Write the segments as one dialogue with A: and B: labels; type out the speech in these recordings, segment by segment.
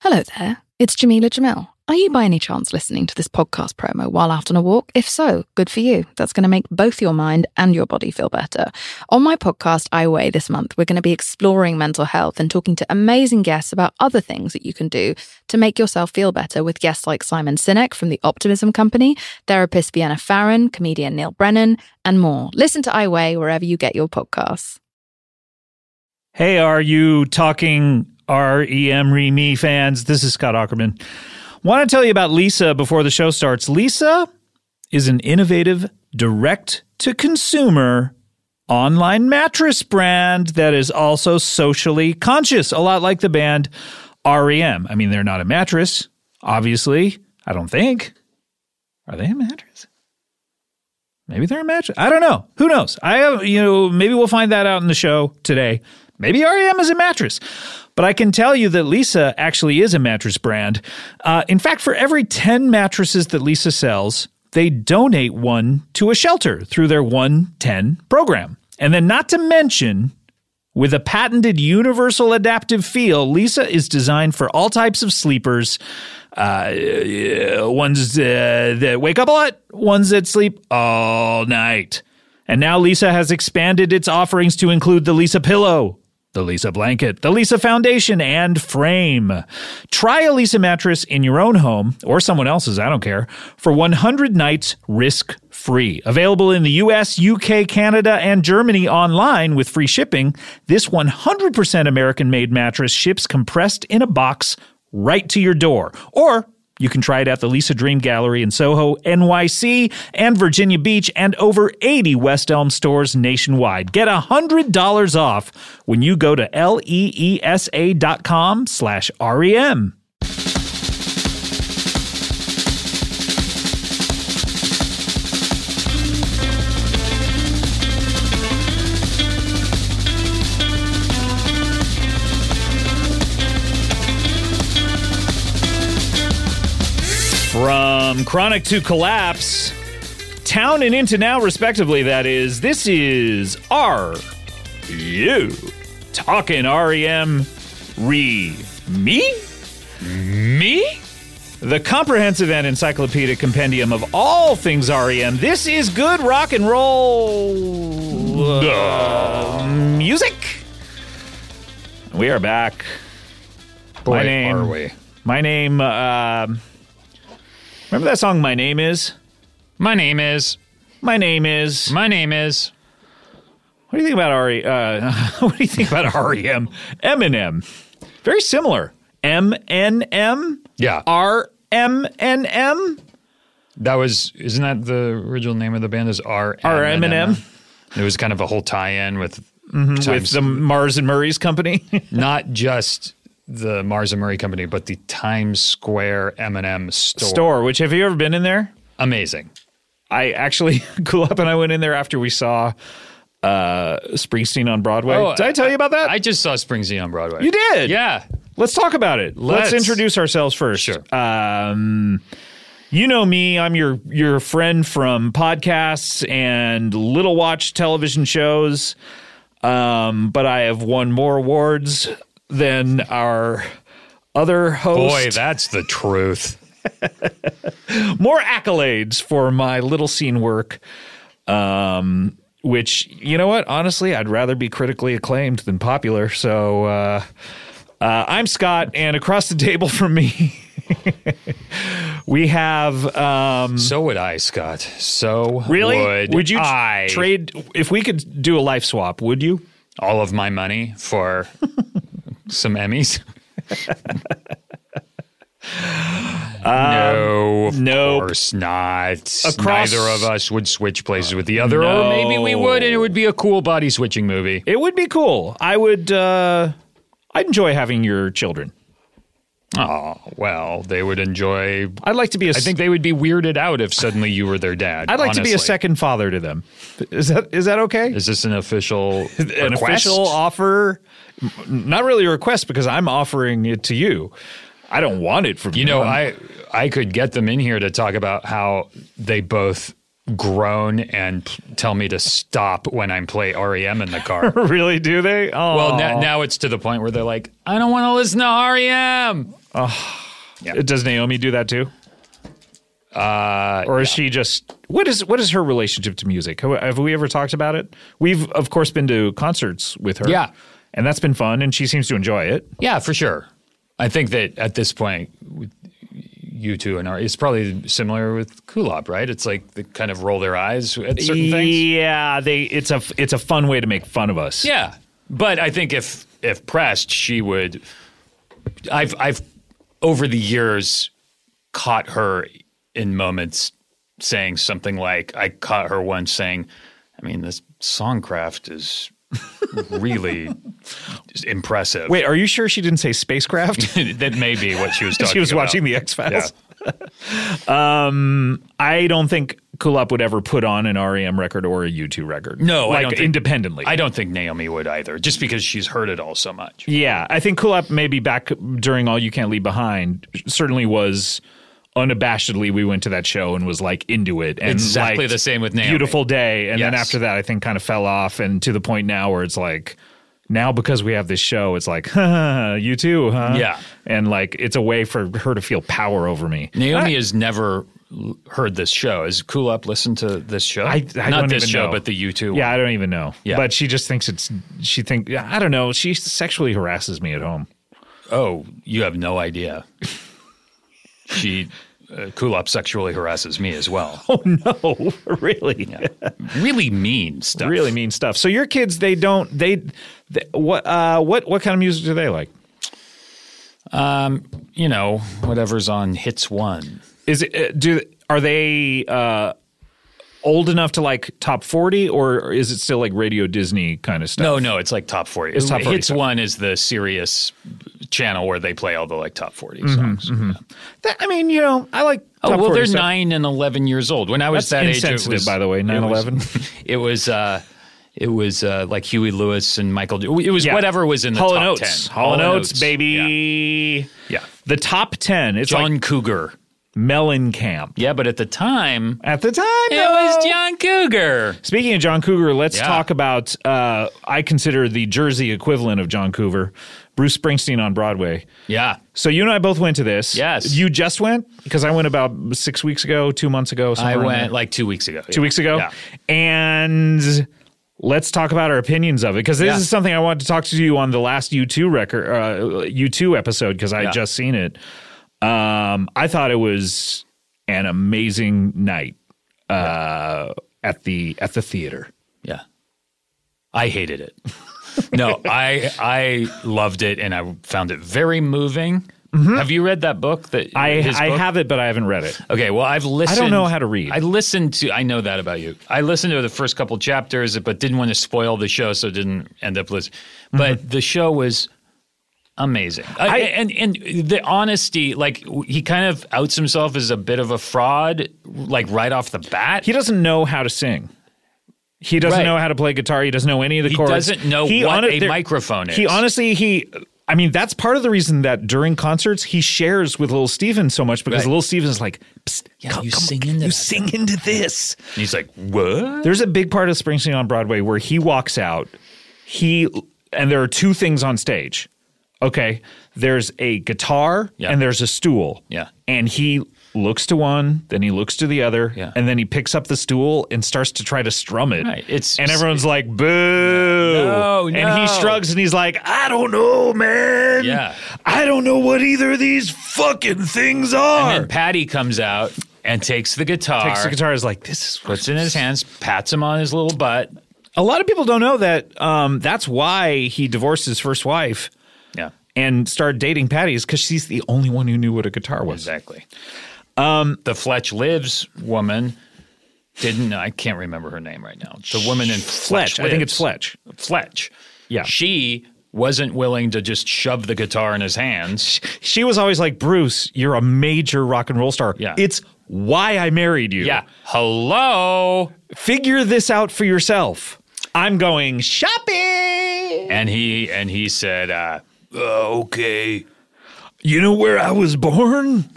A: Hello there, it's Jamila Jamel. Are you by any chance listening to this podcast promo while out on a walk? If so, good for you. That's going to make both your mind and your body feel better. On my podcast, I Weigh, this month, we're going to be exploring mental health and talking to amazing guests about other things that you can do to make yourself feel better with guests like Simon Sinek from the Optimism Company, therapist Vienna Farron, comedian Neil Brennan, and more. Listen to I Weigh wherever you get your podcasts.
B: Hey, are you talking REM Re Me fans? This is Scott Ackerman. Want to tell you about Lisa before the show starts. Lisa is an innovative direct to consumer online mattress brand that is also socially conscious, a lot like the band REM. I mean, they're not a mattress, obviously. I don't think. Are they a mattress? Maybe they're a mattress. I don't know. Who knows? I have, you know, maybe we'll find that out in the show today. Maybe REM is a mattress. But I can tell you that Lisa actually is a mattress brand. Uh, in fact, for every 10 mattresses that Lisa sells, they donate one to a shelter through their 110 program. And then, not to mention, with a patented universal adaptive feel, Lisa is designed for all types of sleepers. Uh, yeah, ones uh, that wake up a lot, ones that sleep all night. And now Lisa has expanded its offerings to include the Lisa pillow, the Lisa blanket, the Lisa foundation, and frame. Try a Lisa mattress in your own home or someone else's, I don't care, for 100 nights risk free. Available in the US, UK, Canada, and Germany online with free shipping. This 100% American made mattress ships compressed in a box right to your door. Or you can try it at the Lisa Dream Gallery in Soho, NYC, and Virginia Beach, and over 80 West Elm stores nationwide. Get $100 off when you go to E leesa.com slash E REM. From Chronic to Collapse, Town and Into Now, respectively, that is. This is R. You. Talking REM. Re. Me? Me? The comprehensive and encyclopedic compendium of all things REM. This is good rock and roll. uh, music. We are back.
C: Boy,
B: my name.
C: are we.
B: My name. um remember that song? My name is.
C: My name is.
B: My name is.
C: My name is.
B: What do you think about RE? Uh, what do you think about REM? Eminem. Very similar. M N M.
C: Yeah.
B: R M N M.
C: That was. Isn't that the original name of the band? Is R
B: R M and M. Mm-hmm.
C: It was kind of a whole tie-in with.
B: With
C: times-
B: the Mars and Murray's company.
C: not just the Mars and Murray Company, but the Times Square M&M store.
B: store, which have you ever been in there?
C: Amazing.
B: I actually, Kulop and I went in there after we saw uh, Springsteen on Broadway.
C: Oh,
B: Did I tell you about that?
C: I just saw Springsteen on Broadway.
B: you did?
C: Yeah. Uh,
B: Let's talk about it. Let's,
C: Let's.
B: introduce ourselves first.
C: Sure.
B: Um, you know me. I'm your your friend from podcasts and little watch television shows. Um, but I have won more awards than our other host.
C: Boy, that's the truth.
B: Mm-hmm. more accolades for my little scene work. Um, which you know what? Honestly, I'd rather be critically acclaimed than popular. So uh, uh, I'm Scott, and across the table from me, we have um,
C: So would I, Scott. So
B: really.
C: would,
B: you tr-
C: I
B: trade if we could do a life swap? Would you?
C: all of my money for some Emmys? no, of
B: Um, nope.
C: course not.
B: Across-
C: Neither of us would switch places with the other, or maybe we
B: no.
C: would, and it would be a cool body switching movie.
B: It would be cool. I would. Uh, I'd enjoy having your children.
C: Oh well, they would enjoy.
B: I'd like to be a.
C: I think they would be weirded out if suddenly you were their dad.
B: I'd like to be a
C: honestly.
B: second father to them. Is that is that okay?
C: Is this an official
B: an
C: request?
B: official offer N- not really a request because i'm offering it to you i don't want it from you
C: You know,
B: I'm-
C: I I could get them in here to talk about how they both groan and p- tell me to stop when I play REM in the car.
B: really? Do they? Oh,
C: well, now, now it's to the point where they're like, I don't want to listen to E REM.
B: does Naomi do that too? Uh, or is she just what is what is her relationship to music? Have- Have we ever talked about it? We've of course been to concerts with her.
C: Yeah.
B: and that's been fun, and she seems to enjoy it.
C: Yeah, for sure. I think that at this point, with you two and REM, it's probably similar with Kulop, right? It's like they kind of roll their eyes at certain things.
B: Yeah, they it's a it's a fun way to make fun of us.
C: Yeah, but I think if if pressed, she would. I've I've over the years caught her in moments saying something like I caught her once saying, I mean, this songcraft is really impressive.
B: Wait, are you sure she didn't say spacecraft?
C: that may be what she was talking.
B: she was
C: about.
B: watching the X Files.
C: Yeah.
B: Um, I don't think Kulop would ever put on an REM record or a U2 record.
C: No,
B: like
C: I don't think-
B: independently.
C: I don't think Naomi would either, just because she's heard it all so much.
B: yeah, I think Kulop maybe back during All You Can't Leave Behind certainly was unabashedly we went to that show and was like into it and
C: Exactly
B: liked
C: the same with Naomi.
B: Beautiful Day and then
C: Yes.
B: after that I think kind of fell off and to the point now where it's like now because we have this show it's like you too huh
C: Yeah.
B: and like it's a way for her to feel power over me
C: Naomi has never l- heard this show. Has Cool Up listened to this show?
B: I- I
C: Not
B: don't
C: this
B: even
C: show,
B: know.
C: but the U2.
B: Yeah, I don't even know.
C: Yeah.
B: But she just thinks it's she think I don't know. She sexually harasses me at home.
C: Oh, you have no idea. she, uh, Cool Up sexually harasses me as well.
B: Oh no, really?
C: really mean stuff.
B: Really mean stuff. So your kids they don't they, they what uh what what kind of music do they like?
C: You know, whatever's on Hits One.
B: Is it uh, do are they uh old enough to like top 40 or is it still like Radio Disney kind of stuff?
C: No, no, it's like top 40. It's
B: top 40
C: Hits
B: stuff.
C: One is the serious channel where they play all the like top 40
B: Mm-hmm,
C: songs.
B: That, I mean, you know, I like
C: Oh,
B: top
C: well,
B: 40
C: they're
B: stuff.
C: 9 and 11 years old. When I was
B: That's
C: that age, it
B: insensitive,
C: was,
B: by the way,
C: it was-
B: 9/11.
C: It was uh it was uh, like Huey Lewis and Michael. Jo- It was
B: Yeah.
C: whatever was in the
B: Hall
C: top
B: and Oates.
C: 10.
B: Hall and
C: Hall and
B: Oates, baby.
C: Yeah. Yeah.
B: The top 10. It's
C: John
B: like
C: Cougar.
B: Mellencamp.
C: Yeah, but at the time,
B: At the time,
C: it
B: though.
C: was John Cougar.
B: Speaking of John Cougar, let's
C: Yeah.
B: talk about uh, I consider the Jersey equivalent of John Cougar, Bruce Springsteen on Broadway.
C: Yeah.
B: So you and I both went to this.
C: Yes.
B: you just went because I went about six weeks ago, two months ago.
C: I
B: somewhere in there.
C: went like two weeks ago.
B: two weeks ago,
C: Yeah.
B: and let's talk about our opinions of it because this
C: Yeah.
B: is something I wanted to talk to you on the last U two record, uh, U two episode because I
C: Yeah.
B: just seen it. Um, I thought it was an amazing night uh, at the at the theater.
C: Yeah. I hated it. no, I I loved it and I found it very moving. Have you read that book? That
B: Mm-hmm. I
C: his
B: I
C: book?
B: have it, but I haven't read it.
C: Okay, well, I've listened.
B: know how to read.
C: I listened to. I know that about you. I listened to the first couple chapters, but didn't want to spoil the show, so didn't end up listening.
B: Mm-hmm.
C: But the show was amazing. I, and and the honesty, like he kind of outs himself as a bit of a fraud, like right off the bat.
B: He doesn't know how to sing. He doesn't
C: Right.
B: know how to play guitar. He doesn't know any of the
C: He
B: chords.
C: doesn't know what
B: hone-
C: a
B: there-
C: microphone is.
B: He honestly, he. I mean, that's part of the reason that during concerts he shares with Little Steven so much because
C: Right.
B: Little Steven's like, Psst,
C: Yeah,
B: come,
C: you
B: come,
C: sing into
B: you
C: that."
B: sing into this.
C: And he's like, what?
B: There's a big part of Springsteen on Broadway where he walks out. He and there are two things on stage. Okay, there's a guitar
C: Yeah.
B: and there's a stool.
C: Yeah.
B: and he looks to one, then he looks to the other,
C: Yeah.
B: and then he picks up the stool and starts to try to strum it.
C: Right, it's-
B: and everyone's like, "Boo!" No,
C: no.
B: and he shrugs and he's like, "I don't know, man.
C: Yeah.
B: I don't know what either of these fucking things are."
C: And then Patty comes out and takes the guitar,
B: Takes the guitar is like, "This is
C: puts it in his hands, pats him on his little butt.
B: A lot of people don't know that um, that's why he divorced his first wife
C: Yeah,
B: and started dating Patty's because she's the only one who knew what a guitar was.
C: Exactly. Um, the Fletch Lives woman didn't. I can't remember her name right now. The woman in Fletch.
B: Fletch, I think
C: Lives.
B: it's Fletch.
C: Fletch.
B: Yeah.
C: She wasn't willing to just shove the guitar in his hands.
B: She was always like, Bruce, you're a major rock and roll star.
C: Yeah.
B: It's why I married you.
C: Yeah. Hello.
B: Figure this out for yourself. I'm going shopping.
C: And he and he said, uh, "Okay."
B: You know where I was born?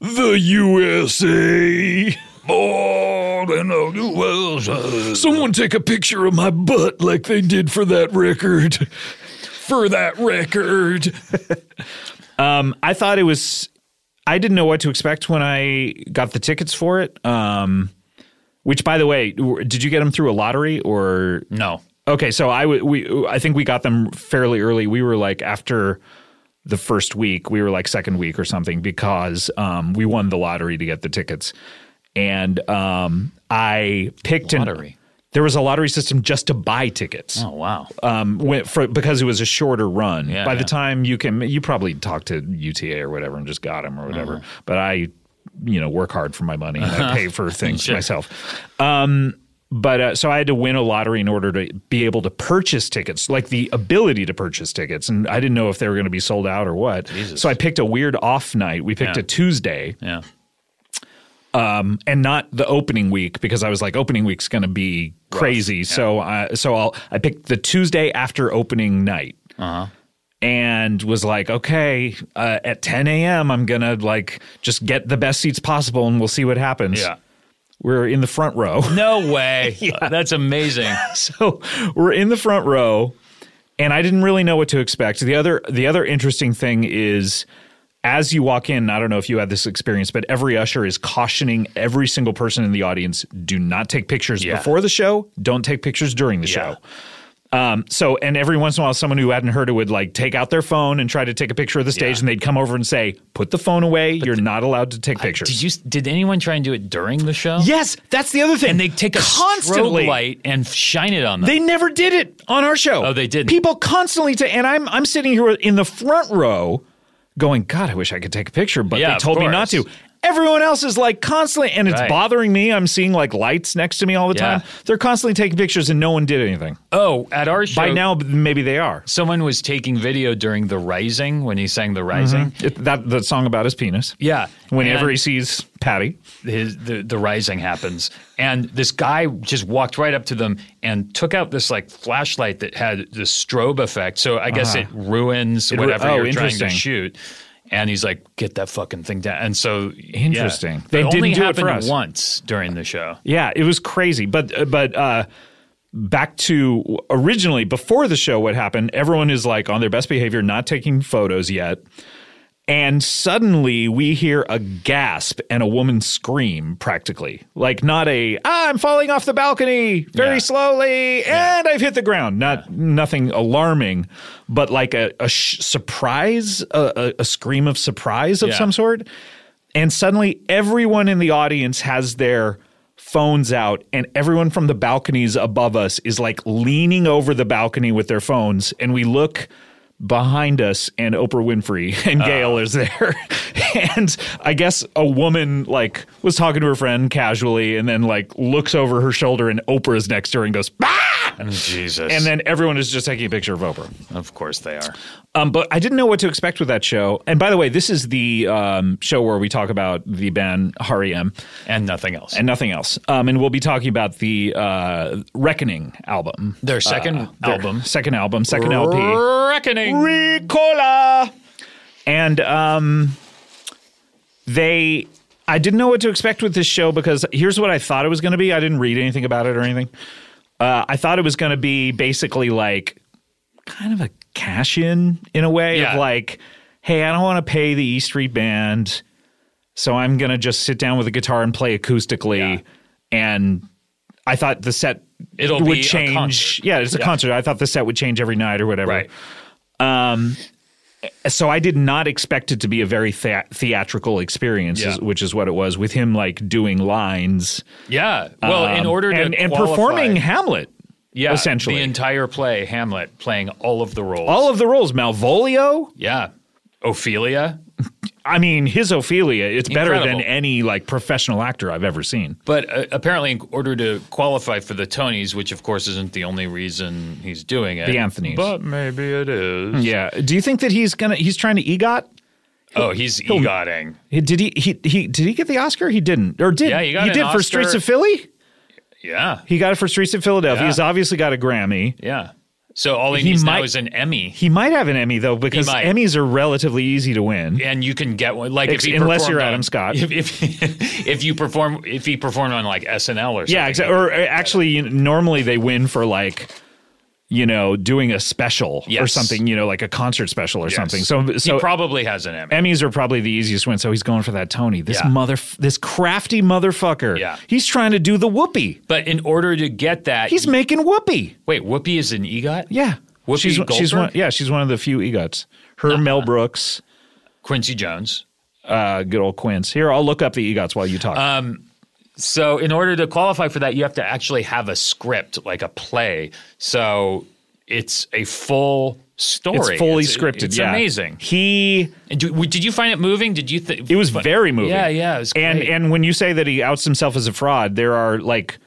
B: The USA.
C: more than I knew was. Someone take a picture of my butt like they did for that record. For that record.
B: Um, I thought it was. I didn't know what to expect when I got the tickets for it. Um, which, by the way, w- did you get them through a lottery or
C: No.
B: Okay, so I w- we I think we got them fairly early. We were like after the first week, we were like second week or something because um, we won the lottery to get the tickets, and um, I picked An,
C: Lottery?
B: there was a lottery system just to buy tickets
C: Oh, wow.
B: um, went for because it was a shorter run.
C: Yeah,
B: By the
C: yeah.
B: time you can, you probably talked to UTA or whatever and just got them or whatever.
C: Uh-huh.
B: But I, you know, work hard for my money and I pay for things myself. Um, but uh, so I had to win a lottery in order to be able to purchase tickets, like the ability to purchase tickets. And I didn't know if they were going to be sold out or what. So I picked a weird off night. We picked
C: Yeah.
B: a Tuesday
C: Yeah.
B: and not the opening week because I was like opening week's going to be crazy. So I so I'll I picked the Tuesday after opening night. And was like, okay, uh, at 10 a.m., I'm gonna like just get the best seats possible, and we'll see what happens.
C: Yeah.
B: we're in the front row,
C: No way. Uh, That's amazing.
B: so we're in the front row, and I didn't really know what to expect. The other the other interesting thing is. As you walk in, I don't know if you had this experience, but every usher is cautioning every single person in the audience do not take pictures
C: Yeah.
B: before the show, don't take pictures during the show.
C: Yeah.
B: Um, so, and every once in a while, someone who hadn't heard it would like take out their phone and try to take a picture of the stage,
C: Yeah.
B: and they'd come over and say, Put the phone away. You're not allowed to take pictures.
C: Did you? Did anyone try and do it during the show?
B: yes, that's the other thing.
C: And they take a
B: constantly
C: strobe light and shine it on them.
B: They never did it on our show.
C: Oh, they didn't.
B: People constantly ta- and I'm I'm sitting here in the front row, going, God, I wish I could take a picture, but
C: Yeah,
B: they
C: of
B: told me not to.
C: course.
B: Everyone else is like constantly, and it's
C: Right.
B: bothering me. I'm seeing like lights next to me all the
C: Yeah.
B: time. They're constantly taking pictures, and no one did anything.
C: oh, at our show.
B: By now, maybe they are.
C: someone was taking video during The Rising when he sang The Rising.
B: Mm-hmm. It, that the song about his penis.
C: Yeah.
B: Whenever
C: And-
B: he sees Patty,
C: his the, the rising happens and this guy just walked right up to them and took out this like flashlight that had the strobe effect so i guess it ruins
B: Uh-huh. ru-
C: whatever
B: oh,
C: you're trying
B: interesting.
C: to shoot and he's like get that fucking thing down and so yeah.
B: Interesting. They
C: It
B: didn't
C: only
B: do it
C: happened
B: for us.
C: once during the show
B: Yeah, it was crazy. But uh, but uh, back to originally before the show, what happened? Everyone is like on their best behavior, not taking photos yet. And suddenly we hear a gasp and a woman scream, practically like not a ah, I'm falling off the balcony very
C: Yeah.
B: slowly and I've hit the ground. Not nothing alarming, but like a, a sh- surprise, a, a, a scream of surprise of
C: Yeah.
B: some sort. And suddenly everyone in the audience has their phones out, and everyone from the balconies above us is like leaning over the balcony with their phones. And we look behind us, and Oprah Winfrey and Gail is there. and I guess a woman like was talking to her friend casually and then like looks over her shoulder, and Oprah's next to her and goes, "Ah!"
C: jesus
B: And then everyone is just taking a picture of Oprah.
C: of course they are
B: Um, but I didn't know what to expect with that show. And by the way, this is the um, show where we talk about the band REM
C: and nothing else
B: and nothing else. Um, and we'll be talking about the uh, Reckoning album,
C: their second
B: uh, Their
C: album
B: second album, second LP,
C: reckoning
B: Ricola. And um, they, I didn't know what to expect with this show because here's what I thought it was going to be. I didn't read anything about it or anything. Uh, I thought it was going to be basically like kind of a cash in in a way
C: Yeah.
B: of like, hey, I don't want to pay the E Street Band, so I'm gonna just sit down with a guitar and play acoustically.
C: Yeah.
B: And I thought the set
C: It'll
B: would
C: be a
B: change.
C: concert.
B: yeah, it's a concert. I thought the set would change every night or whatever.
C: right
B: So I did not expect it to be a very thea- theatrical experience,
C: Yeah.
B: is- which is what it was with him like doing lines.
C: yeah well in
B: um,
C: order to
B: and, and
C: qualify-
B: performing Hamlet,
C: yeah,
B: essentially
C: the entire play hamlet playing all of the roles
B: all of the roles. Malvolio.
C: Yeah. Ophelia.
B: I mean, his Ophelia. It's better than
C: Incredible.
B: any like professional actor I've ever seen.
C: But uh, apparently, in order to qualify for the Tonys, which of course isn't the only reason he's doing it,
B: The Anthonys.
C: But maybe it is.
B: Yeah. Do you think that he's gonna? He's trying to egot.
C: Oh, he's egoting.
B: He- Did he? He, he did he get the Oscar? He didn't, or did
C: Yeah, he got an
B: did for
C: Oscar.
B: Streets of Philly.
C: Yeah.
B: He got it for Streets of Philadelphia.
C: Yeah.
B: He's obviously got a Grammy.
C: Yeah. So all he,
B: He
C: needs now
B: might-
C: is an Emmy,
B: He might have an Emmy though, because
C: might.
B: Emmys are relatively easy to win.
C: and you can get one. Like
B: Ex-
C: if he
B: unless
C: performed
B: you're
C: on-
B: Adam Scott.
C: if if, if you perform, if he performed on like SNL or something,
B: Yeah, exactly. Or uh, actually, you know, normally they win for like, you know, doing a special or
C: Yes.
B: something. You know, like a concert special or
C: Yes.
B: something. So,
C: he
B: so
C: probably has an Emmy.
B: Emmys are probably the easiest win. So he's going for that Tony. This
C: Yeah.
B: mother, this crafty motherfucker.
C: Yeah.
B: he's trying to do the whoopee.
C: But in order to get that,
B: He's making whoopee.
C: wait. Whoopi is an EGOT.
B: Yeah,
C: Whoopi
B: she's she's
C: Goldberg? Uh-huh.
B: one. Yeah, she's one of the few egots. Her, Mel Brooks,
C: Quincy Jones.
B: uh, good old Quince. Here, I'll look up the egots while you talk.
C: Uh, So, in order to qualify for that, you have to actually have a script, like a play. So, it's a full story.
B: it's fully
C: It's-
B: scripted.
C: It's
B: yeah,
C: amazing.
B: He
C: And do- did you find it moving? Did you think
B: It was very moving.
C: Yeah, yeah, it was
B: and
C: great.
B: and when you say that he outs himself as a fraud, there are like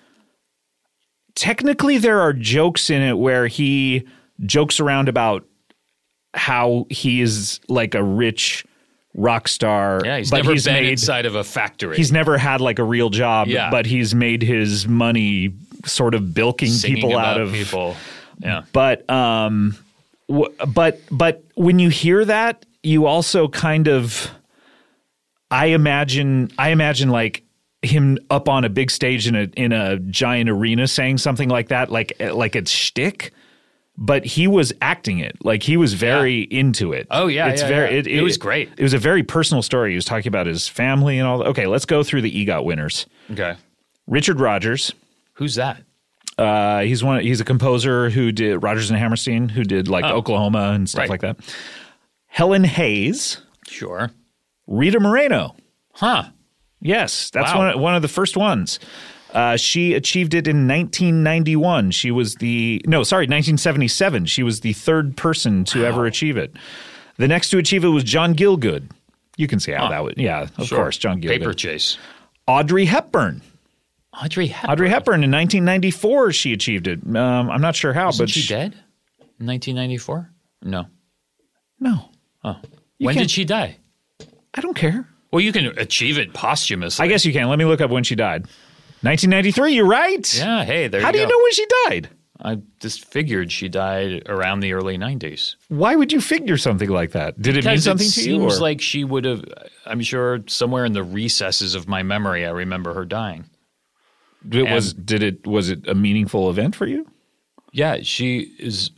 B: technically there are jokes in it where he jokes around about how he is like a rich rock star.
C: Yeah, he's
B: but
C: never
B: he's
C: been
B: made
C: inside of a factory.
B: he's never had like a real job,
C: Yeah.
B: but he's made his money sort of bilking
C: Singing
B: people
C: about
B: out of
C: people. Yeah,
B: but um w- but but when you hear that you also kind of i imagine i imagine like him up on a big stage in a in a giant arena saying something like that like eh, like it's shtick but he was acting it like he was very into it
C: Oh, yeah,
B: it's
C: yeah,
B: very
C: yeah.
B: It,
C: It was great.
B: it was a very personal story he was talking about his family and all that okay let's go through the egot winners
C: okay.
B: richard rogers
C: Who's that?
B: uh, he's one. He's a composer who did Rogers and Hammerstein, who did like Oklahoma and stuff
C: Oh. Right.
B: like that. Helen Hayes,
C: Sure.
B: Rita Moreno.
C: Huh.
B: Yes, that's
C: Wow.
B: one one of the first ones. Uh, she achieved it in 1991. She was the no, sorry, 1977. She was the third person to ever achieve it. The next to achieve it was John Gilgood. You can see how that would. Yeah, of
C: Sure.
B: course, John Gilgood.
C: Paper chase.
B: Audrey Hepburn.
C: Audrey Hepburn.
B: Audrey Hepburn in 1994 she achieved it. Um, I'm not sure how,
C: Isn't
B: but
C: she
B: she-
C: dead? In 1994? No.
B: No,
C: Oh. When
B: can't-
C: did she die?
B: I don't care.
C: Well, you can achieve it posthumously.
B: I guess you can. Let me look up when she died. 1993. You're right.
C: Yeah. Hey, there.
B: How
C: you
B: do
C: go.
B: you know when she died?
C: I just figured she died around the early 90s.
B: Why would you figure something like that? Did it mean something
C: it
B: to
C: seems
B: you? Or?
C: like she would have, I'm sure somewhere in the recesses of my memory, I remember her dying.
B: it was did it was it a meaningful event for you?
C: Yeah, she is,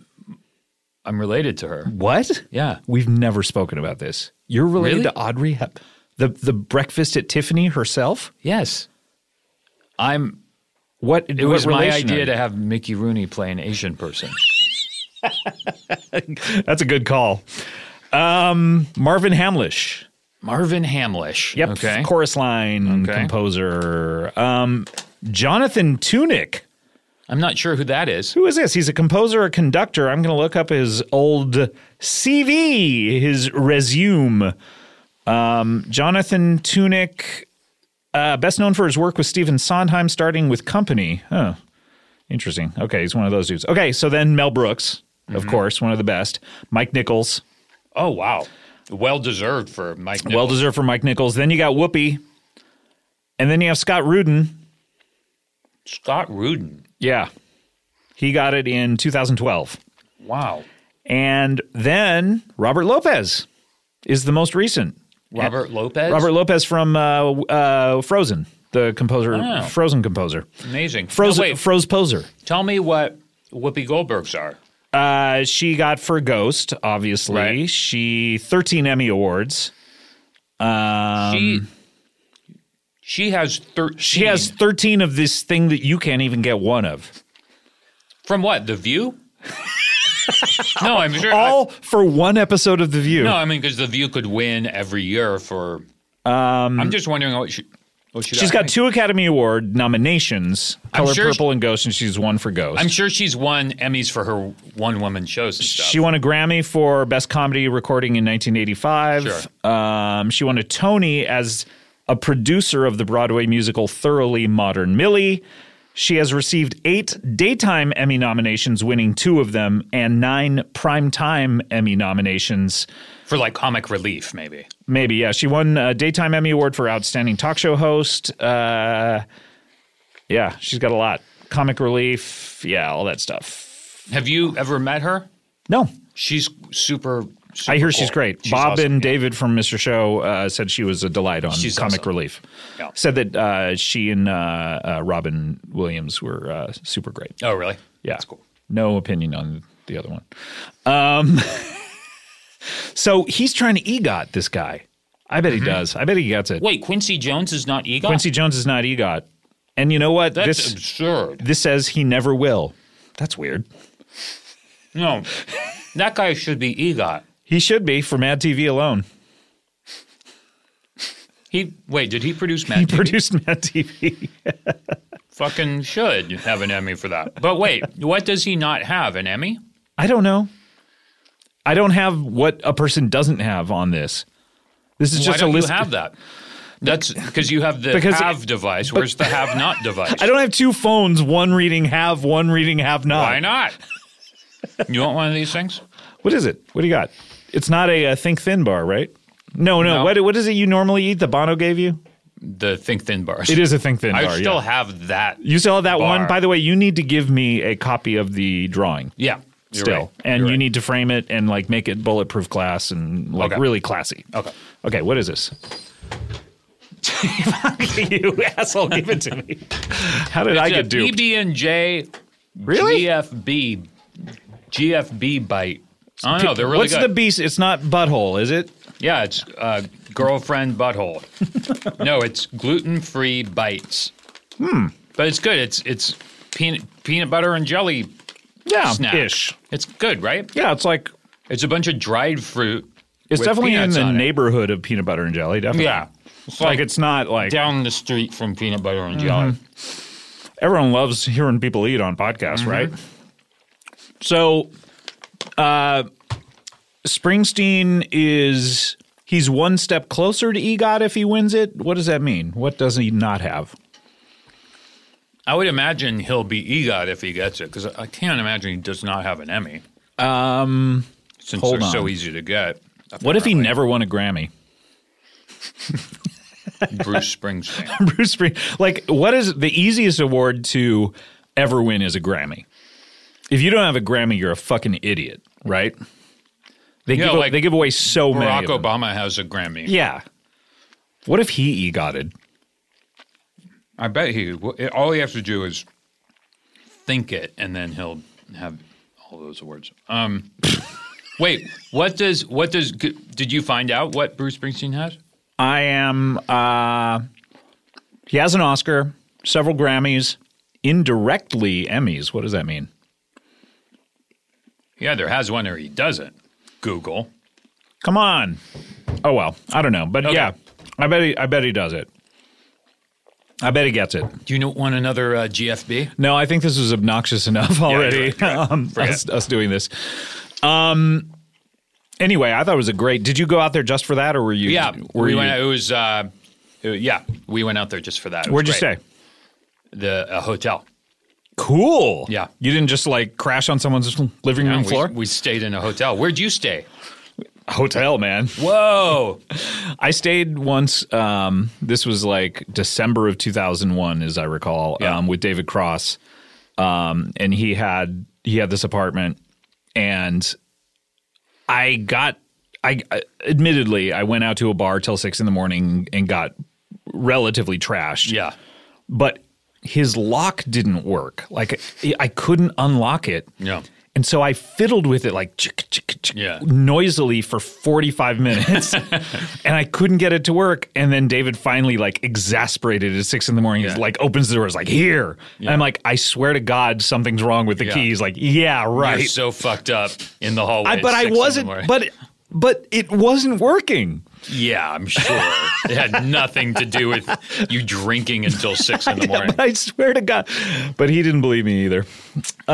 C: I'm related to her.
B: What?
C: Yeah.
B: We've never spoken about this. You're related
C: Really?
B: to Audrey Hep, the the breakfast at Tiffany herself.
C: Yes. I'm,
B: What
C: it was my idea to have Mickey Rooney play an Asian person.
B: That's a good call. Um, Marvin Hamlish.
C: Marvin Hamlish.
B: Yep.
C: Okay.
B: Chorus line
C: Okay.
B: composer. Um, Jonathan Tunick.
C: I'm not sure who that is.
B: Who is this? He's a composer, a conductor. I'm going to look up his old CV, his resume. Um, Jonathan Tunick, uh, best known for his work with Stephen Sondheim, starting with Company. Huh. Interesting. Okay, he's one of those dudes. Okay, so then Mel Brooks, of course, one of the best. Mike Nichols,
C: Oh, wow. Well deserved for Mike.
B: well deserved for Mike Nichols. Then you got Whoopi, and then you have Scott Rudin.
C: Scott Rudin.
B: Yeah, he got it in 2012.
C: Wow.
B: And then Robert Lopez is the most recent.
C: Robert Lopez.
B: Robert Lopez from uh, uh, Frozen, the composer,
C: Wow.
B: Frozen composer,
C: Amazing.
B: Frozen,
C: Oh. No, wait,
B: Froze poser.
C: tell me what Whoopi Goldberg's are.
B: Uh, she got for Ghost, obviously.
C: Right.
B: She thirteen Emmy awards.
C: she she has thirteen.
B: Um, She has thirteen of this thing that you can't even get one of.
C: from what The View. no, I'm sure. I-
B: All for one episode of The View.
C: no, I mean because The View could win every year for. Um, I'm just wondering what she. What should
B: She's
C: I
B: got
C: make?
B: two Academy Award nominations:
C: I'm
B: Color
C: sure
B: Purple and Ghost, and she's one for Ghost.
C: I'm sure she's won Emmys for her one woman shows and stuff.
B: She won a Grammy for Best Comedy Recording in 1985. Um, she won a Tony as a producer of the Broadway musical Thoroughly Modern Millie. She has received eight daytime Emmy nominations, winning two of them, and nine primetime Emmy nominations.
C: for like comic relief, maybe.
B: Maybe, yeah. She won a Daytime Emmy Award for Outstanding Talk Show Host. Uh, yeah, she's got a lot. Comic Relief, yeah, all that stuff.
C: Have you ever met her?
B: No,
C: She's super. super
B: I hear
C: cool.
B: she's great. Bob
C: awesome,
B: and
C: yeah.
B: David from Mr. Show uh, said she was a delight on
C: She's
B: Comic
C: awesome.
B: Relief.
C: Yeah.
B: Said that uh, she and uh, uh, Robin Williams were uh, super great.
C: Oh, really?
B: Yeah.
C: That's cool.
B: No opinion on the other one. Um, so he's trying to EGOT this guy. I bet
C: Mm-hmm.
B: he does. I bet he gets it.
C: Wait, Quincy Jones is not Egon.
B: Quincy Jones is not EGOT. And you know what?
C: That's
B: this
C: absurd.
B: this says he never will. That's weird.
C: No, that guy should be Egot.
B: He should be for Mad TV alone.
C: He wait, did he produce Mad
B: He
C: TV?
B: produced Mad TV.
C: Fucking should have an Emmy for that. But wait, what does he not have? An Emmy?
B: I don't know. I don't have what a person doesn't have on this. This is
C: Why
B: just
C: don't
B: a list.
C: you have that? That's because you have the
B: Because-
C: have device. Where's the have not device?
B: I don't have two phones, one reading have, one reading have not.
C: Why not? You want one of these things?
B: What is it? What do you got? It's not a, uh think thin bar, right? No, no.
C: No.
B: What what is it you normally eat? The Bono gave you.
C: The Think Thin bars.
B: It is a think thin
C: I
B: bar.
C: still
B: yeah.
C: have that.
B: you still have that one.
C: bar.
B: By the way, you need to give me a copy of the drawing.
C: Yeah. you're
B: still,
C: right.
B: and
C: You're
B: you
C: right.
B: need to frame it and like make it bulletproof glass and like
C: Okay.
B: really classy.
C: Okay.
B: Okay. What is this? you asshole! Give it to me. How did I
C: It's a
B: get duped?
C: PB and J.
B: Really?
C: GFB. GFB bite. I don't know. They're really
B: What's
C: good.
B: the beast? It's not butthole, is it?
C: Yeah, it's uh, girlfriend butthole. no, it's gluten free bites. Hmm. But it's good. It's it's peanut peanut butter and jelly
B: Yeah,
C: snack.
B: ish.
C: It's good, right?
B: Yeah, it's like
C: It's a bunch of dried fruit.
B: it's
C: with
B: definitely in
C: peanuts
B: the
C: on it.
B: neighborhood of peanut butter and jelly. Definitely.
C: Yeah, it's
B: Like Mm-hmm. it's not like
C: down the street from peanut butter and jelly.
B: everyone loves hearing people eat on podcasts,
C: Mm-hmm.
B: right? So, uh, Springsteen is he's one step closer to EGOT if he wins it. What does that mean? What does he not have?
C: I would imagine he'll be EGOT if he gets it because I can't imagine he does not have an Emmy. Um, since
B: Um, hold
C: they're so
B: on.
C: easy to get.
B: What if he never won a Grammy?
C: Bruce Springsteen?
B: Bruce Spring, like, what is the easiest award to ever win is a Grammy. If you don't have a Grammy, you're a fucking idiot, right? They
C: Yeah,
B: give a-
C: like
B: they give away so
C: Barack
B: many. of them.
C: Obama has a Grammy.
B: Yeah. What if he EGOTed?
C: I bet he. w- All he has to do is think it, and then he'll have all those words. Um, wait, what does what does g- did you find out what Bruce Springsteen has?
B: I am. Uh, he has an Oscar, several Grammys, indirectly Emmys. What does that mean?
C: He either has one or he doesn't. Google.
B: Come on. Oh well, I don't know, but
C: Okay.
B: yeah, I bet he. I bet he does it. I bet he gets it.
C: Do you know, want another uh, GFB?
B: No, I think this was obnoxious enough already.
C: right, you're right.
B: um,
C: Forget
B: us, us doing this. Um. Anyway, I thought it was a great. Did you go out there just for that, or were you?
C: Yeah,
B: were
C: we
B: you?
C: went. It was. Uh, it- yeah, we went out there just for that. It was
B: where'd you
C: great.
B: stay?
C: The uh, hotel.
B: Cool.
C: Yeah.
B: you didn't just like crash on someone's living room
C: we,
B: floor.
C: we stayed in a hotel. Where'd you stay?
B: Hotel, man.
C: Whoa.
B: I stayed once. Um, this was like December of 2001, as I recall,
C: Yeah.
B: um, with David Cross, um, and he had he had this apartment, and I got. I I- admittedly, I went out to a bar till six in the morning and got relatively trashed.
C: yeah.
B: but his lock didn't work. Like I- I couldn't unlock it.
C: Yeah.
B: And so I fiddled with it like chick, chick, chick,
C: Yeah.
B: noisily for 45 minutes and I couldn't get it to work. And then David finally like exasperated at six in the morning. He's
C: Yeah.
B: like opens the door. Is like here. And I'm like, I swear to God, something's wrong with the
C: Yeah.
B: key. He's like, yeah, right.
C: You're so fucked up in the hallway.
B: I,
C: at
B: but I
C: six in the
B: wasn't,
C: morning.
B: but, but it wasn't working.
C: yeah, I'm sure it had nothing to do with you drinking until six in the morning.
B: But I swear to God, but he didn't believe me either.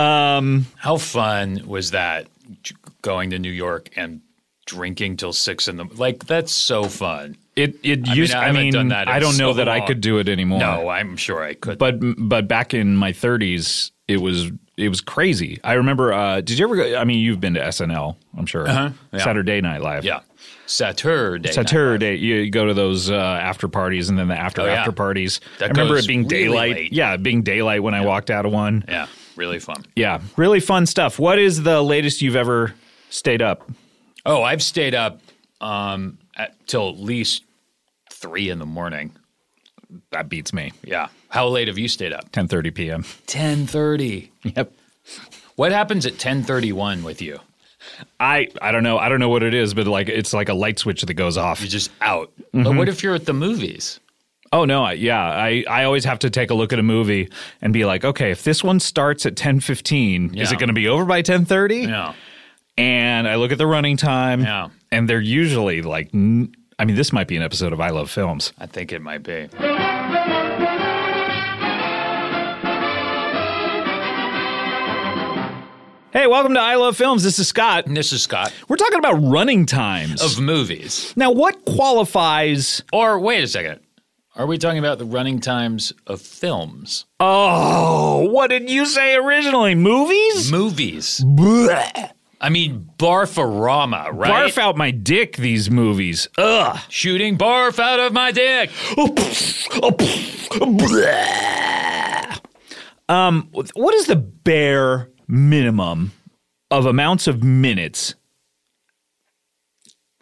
C: How fun was that? j- Going to New York and drinking till six in the like. That's so fun.
B: It, it
C: mean,
B: used,
C: I
B: I mean, I,
C: haven't done that in
B: don't know
C: so
B: that I
C: long.
B: could do it anymore.
C: No, I'm sure I could.
B: but but back in my 30s it was it was crazy i remember uh did you ever go i mean you've been to snl i'm sure
C: Uh-huh. yeah.
B: saturday night live
C: yeah, Saturday. night. Oh,
B: saturday you, you go to those uh after parties and then the after
C: yeah.
B: after parties
C: That
B: i remember
C: goes
B: it being
C: really
B: daylight
C: late.
B: yeah being daylight when i walked out of one
C: Yeah, really fun.
B: Yeah, really fun stuff. What is the latest you've ever stayed up?
C: Oh, I've stayed up um, at, till at least three in the morning.
B: That beats me.
C: Yeah. How late have you stayed up?
B: 10:30 p.m.
C: Ten thirty.
B: Yep.
C: What happens at ten thirty one with you?
B: I I don't know. I don't know what it is, but like it's like a light switch that goes off.
C: You're just out. But
B: Mm-hmm.
C: what if you're at the movies?
B: Oh no, I, yeah. I, I always have to take a look at a movie and be like, okay, if this one starts at 10:15, is
C: Yeah.
B: it going to be over by 10:30?
C: No.
B: And I look at the running time.
C: Yeah.
B: And they're usually like n- I mean, this might be an episode of I Love Films.
C: I think it might be.
B: Hey, welcome to I Love Films. This is Scott.
C: And this is Scott
B: We're talking about running times.
C: of movies.
B: now, what qualifies?
C: Or wait a second. Are we talking about the running times of films?
B: Oh, what did you say originally? Movies?
C: Movies.
B: Blech.
C: I mean, barfarama, right?
B: Barf out my dick, these movies. Ugh.
C: Shooting barf out of my dick.
B: Um, what is the bare minimum of amounts of minutes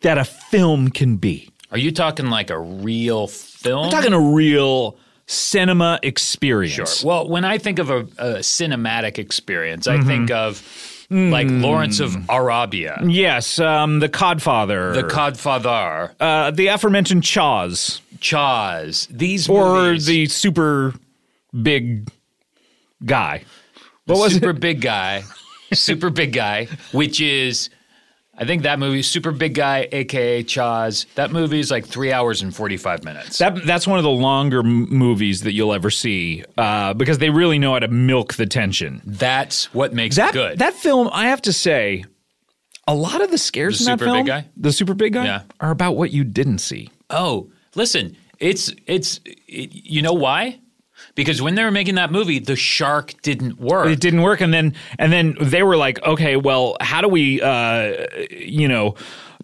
B: that a film can be?
C: Are you talking like a real film?
B: I'm talking a real cinema experience.
C: Sure. Well, when I think of a, a cinematic experience,
B: Mm-hmm.
C: I think of like Lawrence
B: Mm.
C: of Arabia,
B: Yes, um, the Codfather,
C: The Godfather,
B: uh, the aforementioned Chaws,
C: Chaz. These
B: or
C: movies,
B: the super big guy. What was
C: super
B: it?
C: big guy, super big guy, which is. I think that movie, Super Big Guy, aka Chaz, that movie is like three hours and forty-five minutes.
B: That, that's one of the longer m- movies that you'll ever see uh, because they really know how to milk the tension.
C: That's what makes
B: That
C: it good.
B: that film, I have to say, a lot of the scares
C: The
B: in that
C: super
B: film,
C: big guy?
B: the super big guy,
C: Yeah.
B: are about what you didn't see.
C: Oh, listen, it's it's it, you know why? Because when they were making that movie, the shark didn't work.
B: It didn't work, and then and then they were like, okay, well, how do we, uh, you know,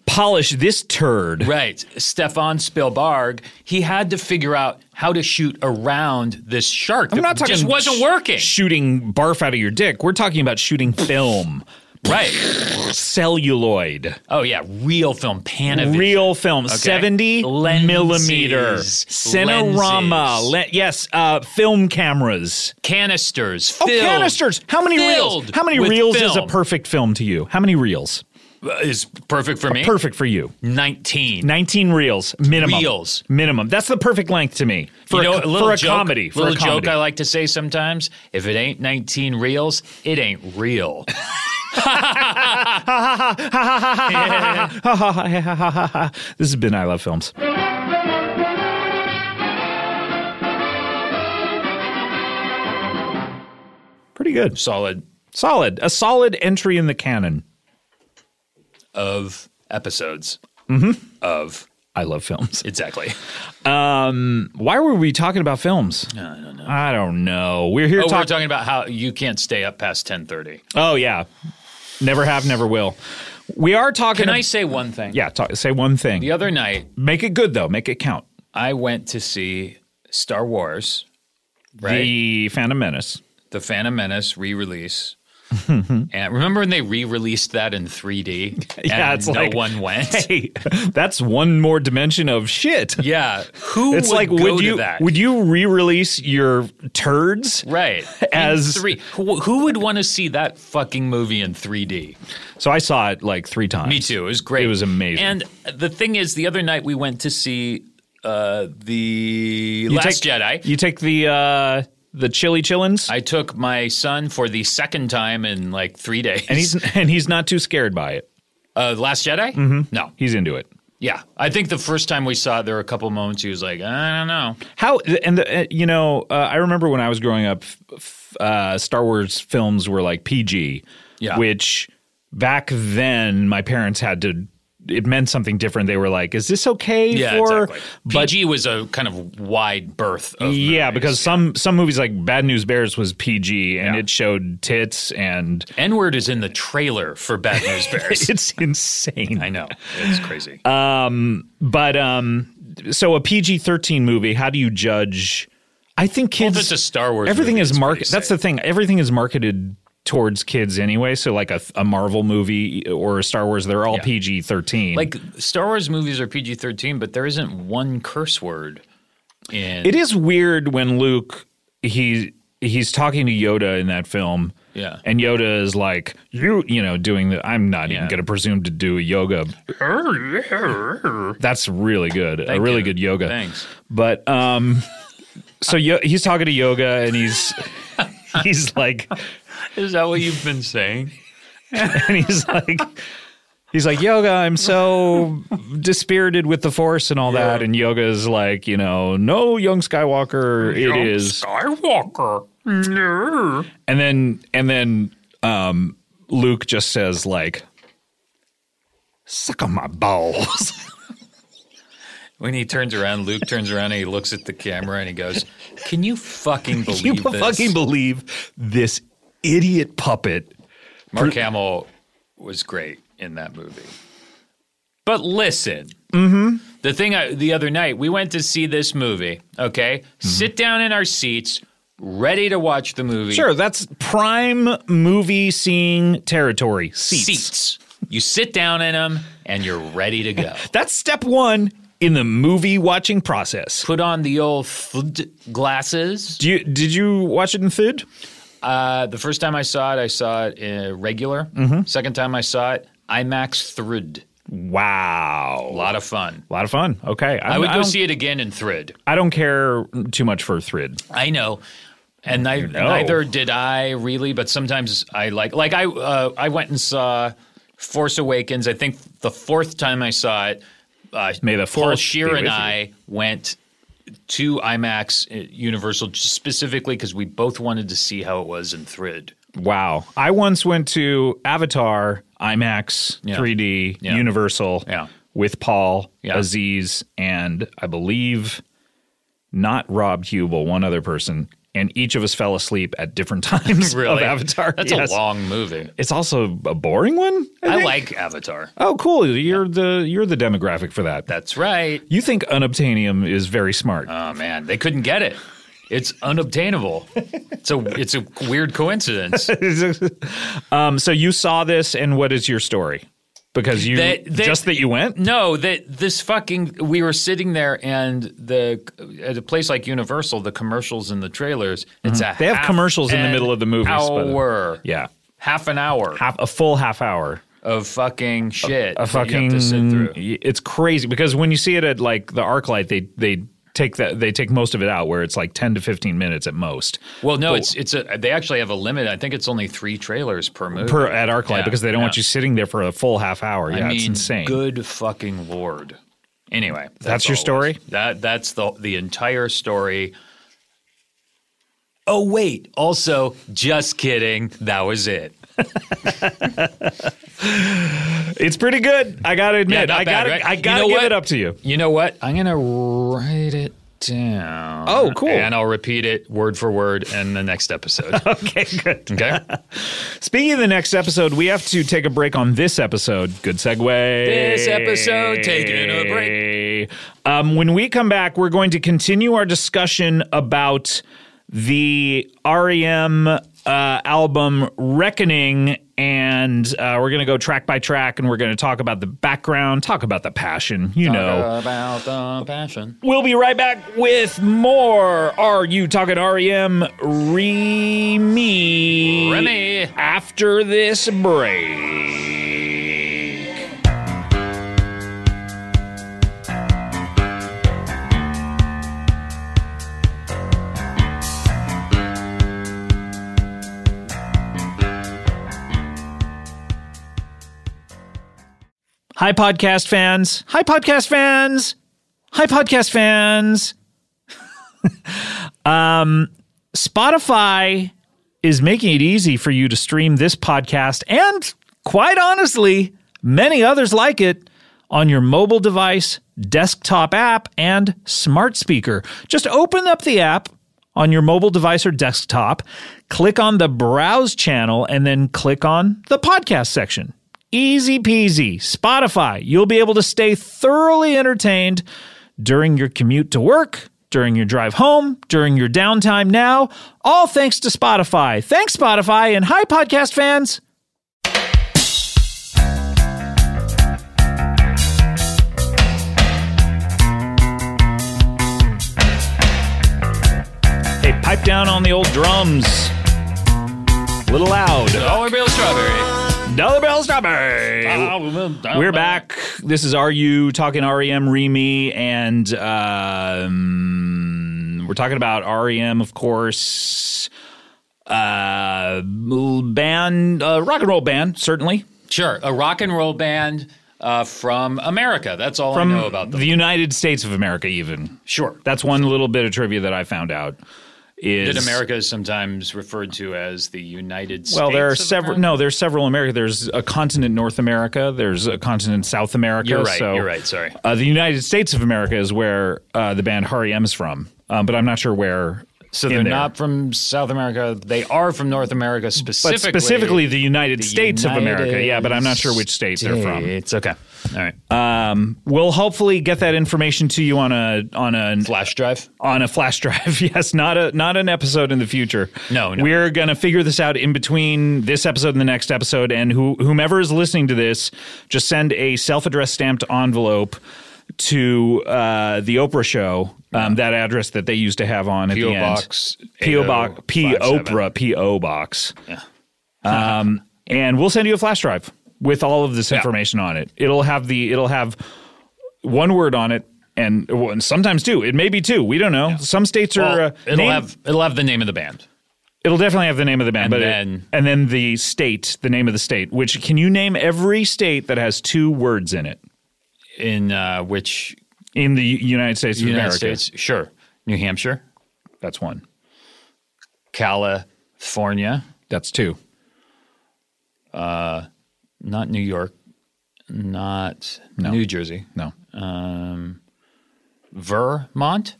B: polish this turd?
C: Right. Stefan Spielberg, he had to figure out how to shoot around this shark.
B: I'm not talking
C: just wasn't
B: sh-
C: working.
B: Shooting barf out of your dick. We're talking about shooting film,
C: right.
B: celluloid,
C: Oh yeah, real film Panavision.
B: real film, seventy
C: Lenses.
B: millimeter,
C: Lenses.
B: Cinerama. Le- yes, uh, film cameras.
C: canisters.
B: Oh,
C: filled-
B: canisters. How many reels?
C: filled
B: How many
C: with
B: reels is a
C: film.
B: perfect film to you? How many reels?
C: is perfect for me?
B: Perfect for you.
C: 19.
B: 19 reels minimum.
C: Reels.
B: Minimum. That's the perfect length to me for
C: you know,
B: a,
C: a little
B: for a
C: joke,
B: comedy. For
C: little
B: a comedy.
C: joke I like to say sometimes: if it ain't 19 reels, it ain't real.
B: this has been I Love Films. Pretty good.
C: Solid
B: Solid. A solid entry in the canon.
C: of episodes
B: Mm-hmm.
C: of
B: I love films.
C: exactly.
B: Why were we talking about films? I don't know. I don't know. We're here
C: Oh, we're
B: talking.
C: talking about how you can't stay up past 10:30.
B: Oh yeah, never have, never will. We are talking.
C: Can I say one thing?
B: yeah, talk, say one thing.
C: The other night,
B: Make it good though. Make it count.
C: I went to see Star Wars, right?
B: The
C: The,
B: Phantom Menace.
C: Phantom Menace re-release. and remember when they re-released that in 3D? And
B: Yeah, it's
C: no
B: like-
C: one went.
B: Hey, that's one more dimension of shit.
C: Yeah, who
B: It's
C: would
B: like
C: go
B: would
C: to
B: you
C: that?
B: would you re-release your turds?
C: right
B: as-
C: in three? Who, who would want to see that fucking movie in 3D?
B: So I saw it like three times.
C: Me too. It was great.
B: It was amazing.
C: And the thing is, the other night we went to see uh, the
B: You
C: Last
B: take,
C: Jedi.
B: You take the uh the chili chillins,
C: I took my son for the second time in like three days.
B: and he's and he's not too scared by it.
C: uh, Last Jedi. No,
B: He's into it.
C: yeah. I think the first time we saw it, there were a couple moments he was like, I don't know.
B: How and the, uh, you know, uh, I remember when I was growing up, f- f- uh, Star Wars films were like PG,
C: Yeah.
B: which back then my parents had to. It meant something different. They were like, "Is this okay
C: Yeah,
B: for?"
C: exactly.
B: But
C: PG was a kind of wide berth. Of
B: yeah,
C: movies.
B: because some some movies like Bad News Bears was PG and
C: Yeah.
B: it showed tits and
C: N word is in the trailer for Bad News Bears.
B: it's insane.
C: I know it's crazy.
B: Uh, But um, so a PG thirteen movie, how do you judge? I think kids.
C: Well, if it's a Star Wars
B: Everything
C: movie,
B: is
C: it's pretty
B: market. That's the thing. Everything is marketed towards kids anyway. So like a, a Marvel movie or a Star Wars, they're all PG thirteen.
C: Like Star Wars movies are PG thirteen, but there isn't one curse word in
B: it is weird when Luke he he's talking to Yoda in that film.
C: Yeah.
B: And Yoda is like, you you know, doing the I'm not even
C: Yeah.
B: gonna presume to do a yoga. That's really good. a really
C: you.
B: good yoga.
C: Thanks.
B: But um so yo- he's talking to yoga and he's he's like
C: Is that what you've been saying?
B: and he's like he's like yoga i'm so dispirited with the force and all that and yoga is like you know no young skywalker it is
C: Skywalker.
B: and then and then um luke just says like suck on my balls
C: When he turns around, Luke turns around and he looks at the camera and he goes, "Can you fucking believe
B: you
C: this?"
B: fucking believe this idiot puppet
C: Mark Hamill was great in that movie. But listen,
B: Mm-hmm.
C: the thing I, the other night we went to see this movie. Okay,
B: Mm-hmm.
C: sit down in our seats, ready to watch the movie.
B: sure that's prime movie seeing territory seats,
C: seats. You sit down in them and you're ready to go.
B: that's step one in the movie watching process
C: Put on the old FD glasses.
B: Do you, did you watch it in food?
C: Uh, the first time I saw it, I saw it uh, regular.
B: Mm-hmm.
C: Second time I saw it, IMAX Thrid.
B: Wow.
C: A lot of fun.
B: A lot of fun. Okay.
C: I would go
B: don't,
C: see it again in Thrid.
B: I don't care too much for Thrid.
C: I know. And ni-
B: know.
C: neither did I really, but sometimes I like like I uh, I went and saw Force Awakens. I think the fourth time I saw it, uh,
B: May the
C: Paul
B: fourth be
C: Shear
B: with
C: and
B: you.
C: I went to IMAX at Universal just specifically because we both wanted to see how it was in Thrid.
B: Wow. I once went to Avatar, IMAX, 3D,
C: Yeah.
B: Universal
C: Yeah.
B: with Paul,
C: Yeah.
B: Aziz, and I believe not Rob Hubel, one other person. And each of us fell asleep at different times of Avatar.
C: That's
B: Yes.
C: a long movie.
B: It's also a boring one.
C: I
B: think.
C: like Avatar.
B: Oh, cool! You're the you're the demographic for that.
C: That's right.
B: You think unobtainium is very smart.
C: Oh man, they couldn't get it. It's unobtainable. it's a it's a weird coincidence.
B: um, so you saw this, and what is your story? Because you
C: That- that-
B: just that you went.
C: No, that this fucking we were sitting there and the at a place like Universal, the commercials and the trailers. It's a
B: Mm-hmm. They have
C: half
B: commercials in the
C: an
B: middle of the movies, by the way.
C: Hour,
B: Yeah,
C: half an hour
B: half, a full half hour.
C: of fucking shit.
B: A
C: that you
B: fucking.
C: have to sit through.
B: It's crazy because when you see it at like the ArcLight, they they take that they take most of it out, where it's like ten to fifteen minutes at most
C: Well, no, it's it's a they actually have a limit. I think it's only three trailers per movie.
B: per at ArcLight
C: Yeah,
B: because they don't want
C: yeah.
B: you sitting there for a full half hour. Yeah,
C: I mean,
B: it's insane.
C: Good fucking lord. Anyway,
B: That's your
C: all it
B: story?
C: was. That that's the the entire story. Oh wait, also just kidding. That was it.
B: It's pretty good. I gotta admit.
C: not
B: I
C: bad,
B: gotta
C: right?
B: I
C: You
B: gotta
C: know
B: give
C: what?
B: it up to you.
C: You know what? I'm gonna write it down.
B: Oh, cool.
C: And I'll repeat it word for word in the next episode.
B: Okay, good.
C: Okay.
B: Speaking of the next episode, we have to take a break on this episode. Good segue.
C: This episode, taking a
B: break. Um, when we come back, we're going to continue our discussion about the REM uh, album Reckoning. And uh, we're going to go track by track and we're going to talk about the background, talk about the passion, you know.
C: About the passion.
B: We'll be right back with more Are You Talking E REM Remy
C: Remy.
B: after this break. Hi, podcast fans. Hi, podcast fans. Hi, podcast fans. um, Spotify is making it easy for you to stream this podcast and, quite honestly, many others like it on your mobile device, desktop app, and smart speaker. Just open up the app on your mobile device or desktop, click on the browse channel, and then click on the podcast section. Easy peasy. Spotify, you'll be able to stay thoroughly entertained during your commute to work, during your drive home, during your downtime now, all thanks to Spotify. Thanks, Spotify, and hi, podcast fans. Hey, pipe down on the old drums. A little loud.
C: Dollar Bill Strawberry.
B: Dollar Bell Strawberry. We're back. This is RU talking REM, Remy, and um, we're talking about REM, of course. Uh, band, uh, rock and roll band, certainly
C: Sure, a rock and roll band uh, from America. That's all
B: from
C: I know about them.
B: the United States of America. Even
C: sure,
B: that's one little bit of trivia that I found out. Is
C: that America is sometimes referred to as the United States.
B: Well, there are
C: of
B: several.
C: America?
B: No, there's several America. There's a continent North America. There's a continent South America.
C: You're right,
B: So,
C: you're right, sorry.
B: Uh, the United States of America is where uh, the band REM is from, um, but I'm not sure where.
C: So they're not from South America. They are from North America
B: But
C: specifically.
B: specifically, the United States of America. Yeah, but I'm not sure which state
C: states
B: they're from. Um,
C: It's okay. All right.
B: We'll hopefully get that information to you on a on a
C: Flash drive.
B: on a flash drive. yes, not a not an episode in the future.
C: No, no.
B: we're gonna figure this out in between this episode and the next episode. And who, whomever is listening to this, just send a self-addressed stamped envelope to uh, the Oprah show. Um, that address that they used to have on at
C: PO
B: the end.
C: Box
B: PO Box. P
C: 8057.
B: Oprah. PO Box. Yeah. um, and we'll send you a flash drive with all of this information on it. It'll have the. It'll have one word on it, and, well, and sometimes two. It may be two. We don't know. Some states are.
C: Well,
B: uh,
C: it'll
B: name-
C: have it'll have the name of the band.
B: It'll definitely have the name of the band, but
C: And
B: it-
C: then-
B: and then the state, the name of the state. Which can you name every state that has two words in it
C: In uh, which
B: in the U- United States of
C: United
B: America?
C: States? Sure. New Hampshire,
B: That's one.
C: California,
B: That's two.
C: not New York, not New Jersey,
B: No,
C: Vermont.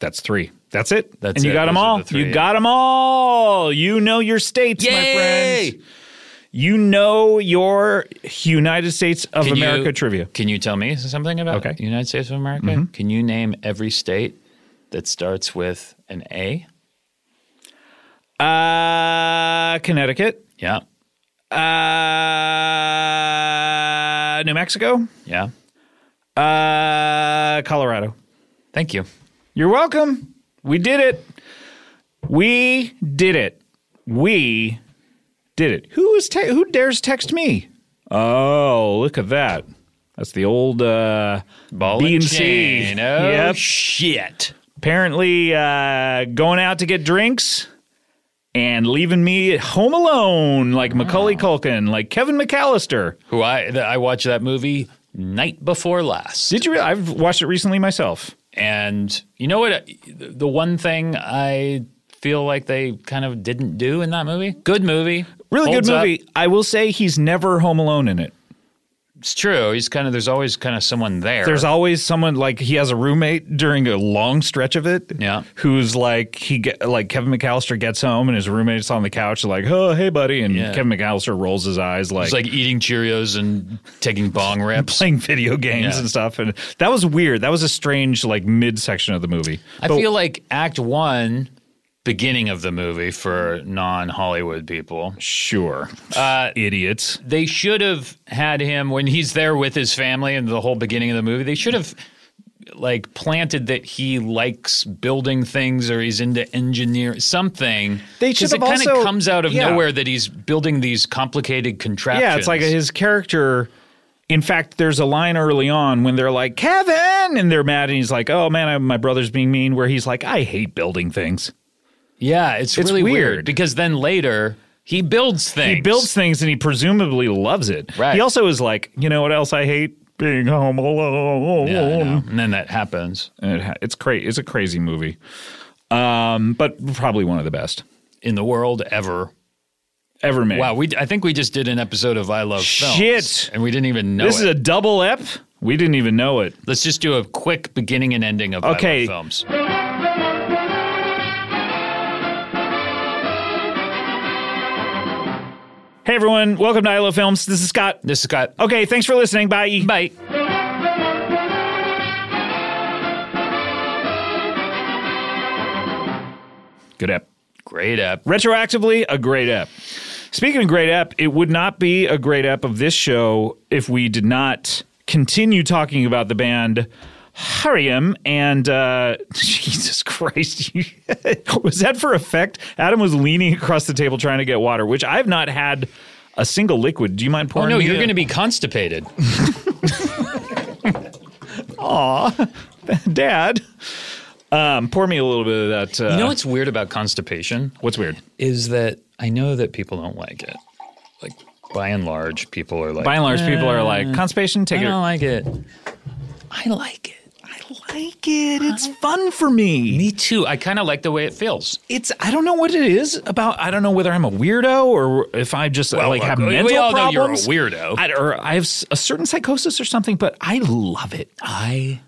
B: that's three. That's it.
C: That's
B: and you
C: it.
B: got them
C: Those are
B: all.
C: the three,
B: you
C: yeah.
B: got them all. You know your states, my
C: Yay!
B: friends. You know your United States of
C: Can you-
B: America trivia.
C: Can you tell me something about
B: Okay. Mm-hmm.
C: the United States of America? Can you name every state that starts with an A?
B: Uh, Connecticut.
C: Yeah.
B: Uh, New Mexico.
C: Yeah.
B: Uh, Colorado.
C: Thank you.
B: You're welcome. We did it. We did it. We did it. Who is te- who dares text me? Oh, look at that. That's the old uh,
C: Ball
B: B
C: and
B: and C.
C: chain. Oh,
B: Yep.
C: shit.
B: Apparently, uh, going out to get drinks and leaving me at home alone, like Macaulay Culkin, like Kevin McAllister.
C: Who I th- I watched that movie night before last.
B: Did you? Re- I've watched it recently myself.
C: and you know what uh, the one thing I feel like they kind of didn't do in that movie? Good movie.
B: Really
C: Holds
B: good
C: up.
B: movie. I will say he's never home alone in it.
C: It's true. He's kind of there's always kind of someone there.
B: There's always someone like he has a roommate during a long stretch of it.
C: Yeah.
B: who's like he get like Kevin McAllister gets home and his roommate's on the couch like oh hey buddy and
C: Yeah.
B: Kevin McAllister rolls his eyes like,
C: it's like eating Cheerios and taking bong rips.
B: playing video games
C: Yeah.
B: and stuff and that was weird. That was a strange like midsection of the movie.
C: I feel like Act One, beginning of the movie for non Hollywood people,
B: sure, uh, idiots.
C: they should have had him when he's there with his family and the whole beginning of the movie. They should have like planted that he likes building things or he's into engineer something.
B: They
C: 'Cause
B: should have
C: it kind
B: also-
C: of comes out of
B: yeah.
C: nowhere that he's building these complicated contraptions.
B: Yeah, it's like his character. In fact, there's a line early on when they're like Kevin and they're mad and he's like oh man I, my brother's being mean where he's like I hate building things.
C: yeah, it's,
B: It's
C: really weird.
B: weird.
C: because then later he builds things.
B: He builds things and he presumably loves it.
C: Right.
B: He also is like, you know what else I hate? Being home alone.
C: Yeah, I know. and then that happens.
B: And it ha- it's crazy. It's a crazy movie, um, but probably one of the best
C: in the world ever.
B: ever made.
C: Wow, we I think we just did an episode of I Love Films.
B: Shit.
C: And we didn't even know
B: This is
C: it.
B: a double ep. We didn't even know it.
C: Let's just do a quick beginning and ending of
B: Okay.
C: I Love Films.
B: Hey everyone, welcome to ILO Films. This is Scott.
C: This has got
B: Okay, thanks for listening. Bye.
C: bite.
B: Good app.
C: Great app.
B: Retroactively, a great app. Speaking of great app, it would not be a great app of this show if we did not continue talking about the band Harium and uh, Jesus Christ. you- was that for effect? Adam was leaning across the table trying to get water, which I've not had a single liquid. Do you mind
C: Oh
B: pouring?
C: no,
B: me
C: you're
B: a-
C: going to be constipated.
B: Dad. Um, pour me a little bit of that. Uh,
C: You know what's weird about constipation
B: what's weird?
C: is that I know that people don't like it. Like by and large, people are like,
B: By and large, people are
C: Uh,
B: like constipation. Take
C: I
B: it.
C: don't like it. I like it.
B: I like it. It's fun for me.
C: Me too. I kind of like the way it feels.
B: It's I don't know what it is about. I don't know whether I'm a weirdo or if I just like
C: look,
B: have
C: we- we
B: mental
C: all know you're a
B: problems.
C: weirdo.
B: I, or I have s- a certain psychosis or something. But I love it.
C: I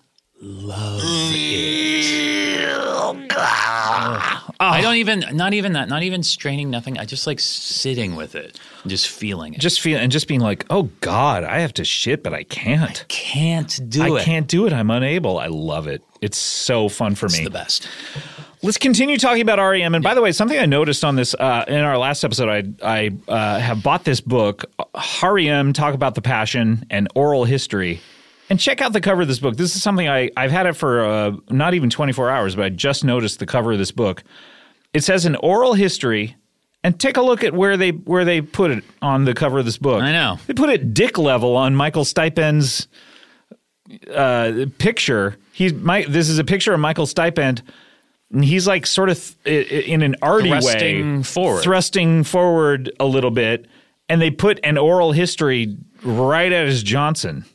C: love it. I don't even, not even that, not even straining, nothing. I just like sitting with it, and just feeling it.
B: Just feel and just being like, oh God, I have to shit, but I can't.
C: can't do
B: I
C: it.
B: can't do it. I'm unable. I love it. It's so fun for
C: It's
B: me.
C: the best.
B: Let's continue talking about REM. And by the way, something I noticed on this uh, in our last episode, I I uh, have bought this book, REM: Talk About the Passion and Oral History. And check out the cover of this book. This is something I I've had it for uh, not even 24 hours, but I just noticed the cover of this book. It says an oral history. And take a look at where they where they put it on the cover of this book.
C: I know.
B: they put it dick level on Michael Stipend's uh, picture. He's my. This is a picture of Michael Stipend, and he's like sort of th- i- i- in an arty way,
C: Thrusting forward.
B: thrusting forward a little bit, and they put an oral history right at his Johnson.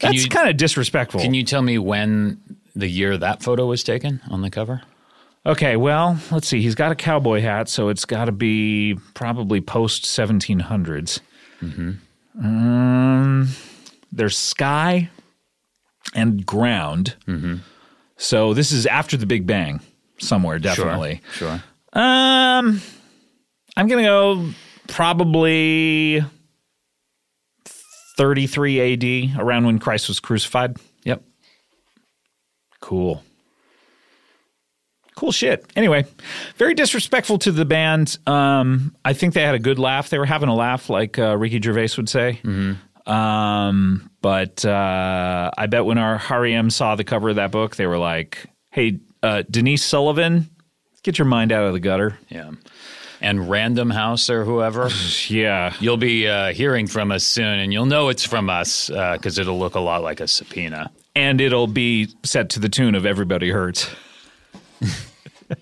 C: Can
B: That's
C: you-
B: kind of disrespectful.
C: Can you tell me when the year that photo was taken on the cover?
B: okay, well, let's see. He's got a cowboy hat, so it's got to be probably post 1700s.
C: Mm-hmm.
B: Um, there's sky and ground.
C: Mm-hmm.
B: So this is after the Big Bang, somewhere definitely.
C: Sure.
B: Um, I'm gonna go probably 33 A.D. around when Christ was crucified.
C: Yep.
B: Cool. Cool shit. Anyway, very disrespectful to the band. Um, I think they had a good laugh. They were having a laugh, like uh, Ricky Gervais would say. Um, but uh, I bet when our Hariam saw the cover of that book, they were like, "Hey, uh, Denise Sullivan, get your mind out of the gutter."
C: Yeah. And Random House or whoever.
B: Yeah,
C: You'll be uh, hearing from us soon, and you'll know it's from us because it'll look a lot like a subpoena.
B: and it'll be set to the tune of "Everybody Hurts."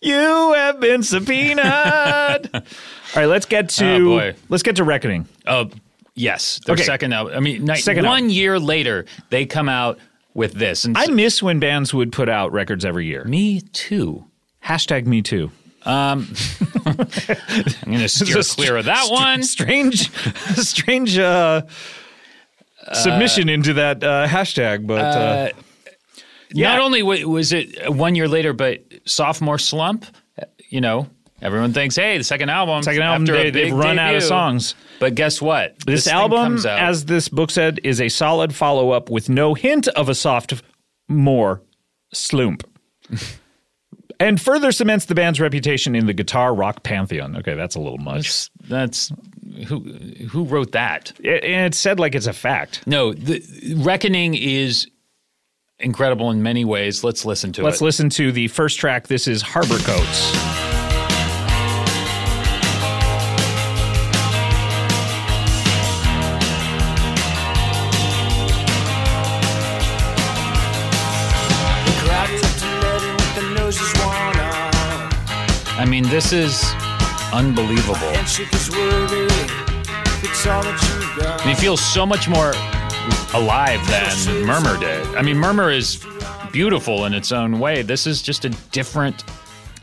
B: you have been subpoenaed. All right, let's get to
C: Oh, boy.
B: let's get to reckoning.
C: Uh, yes, their
B: Okay.
C: second album. I mean, ni-
B: Second
C: one year later, they come out with this. And
B: I
C: s-
B: miss when bands would put out records every year.
C: me too.
B: Hashtag Me Too.
C: I'm going to steer
B: Just
C: clear of that
B: str-
C: one.
B: Strange, strange uh, submission into that uh, hashtag, but. Uh, yeah.
C: Not only wa- was it uh, one year later, but sophomore slump. uh, You know, everyone thinks, "Hey, the second album,
B: Second album,
C: after a
B: they, they've
C: big
B: run out of
C: debut.
B: songs.
C: But guess what?
B: This,
C: thing
B: album,
C: comes out-
B: as this book said, is a solid follow up with no hint of a soft more slump. and further cements the band's reputation in the guitar rock pantheon. Okay, that's a little much.
C: that's who who wrote that.
B: It, and it's said like it's a fact.
C: No, the Reckoning is incredible in many ways. Let's listen to
B: Let's
C: it.
B: listen to the first track. This is Harbor Coats.
D: Cracked up to leaden with the noses worn out.
C: I mean, this is unbelievable.
D: And she gets worried. if It's all that you've got.
C: And it feels so much more alive than Murmur did. I mean, Murmur is beautiful in its own way. This is just a different.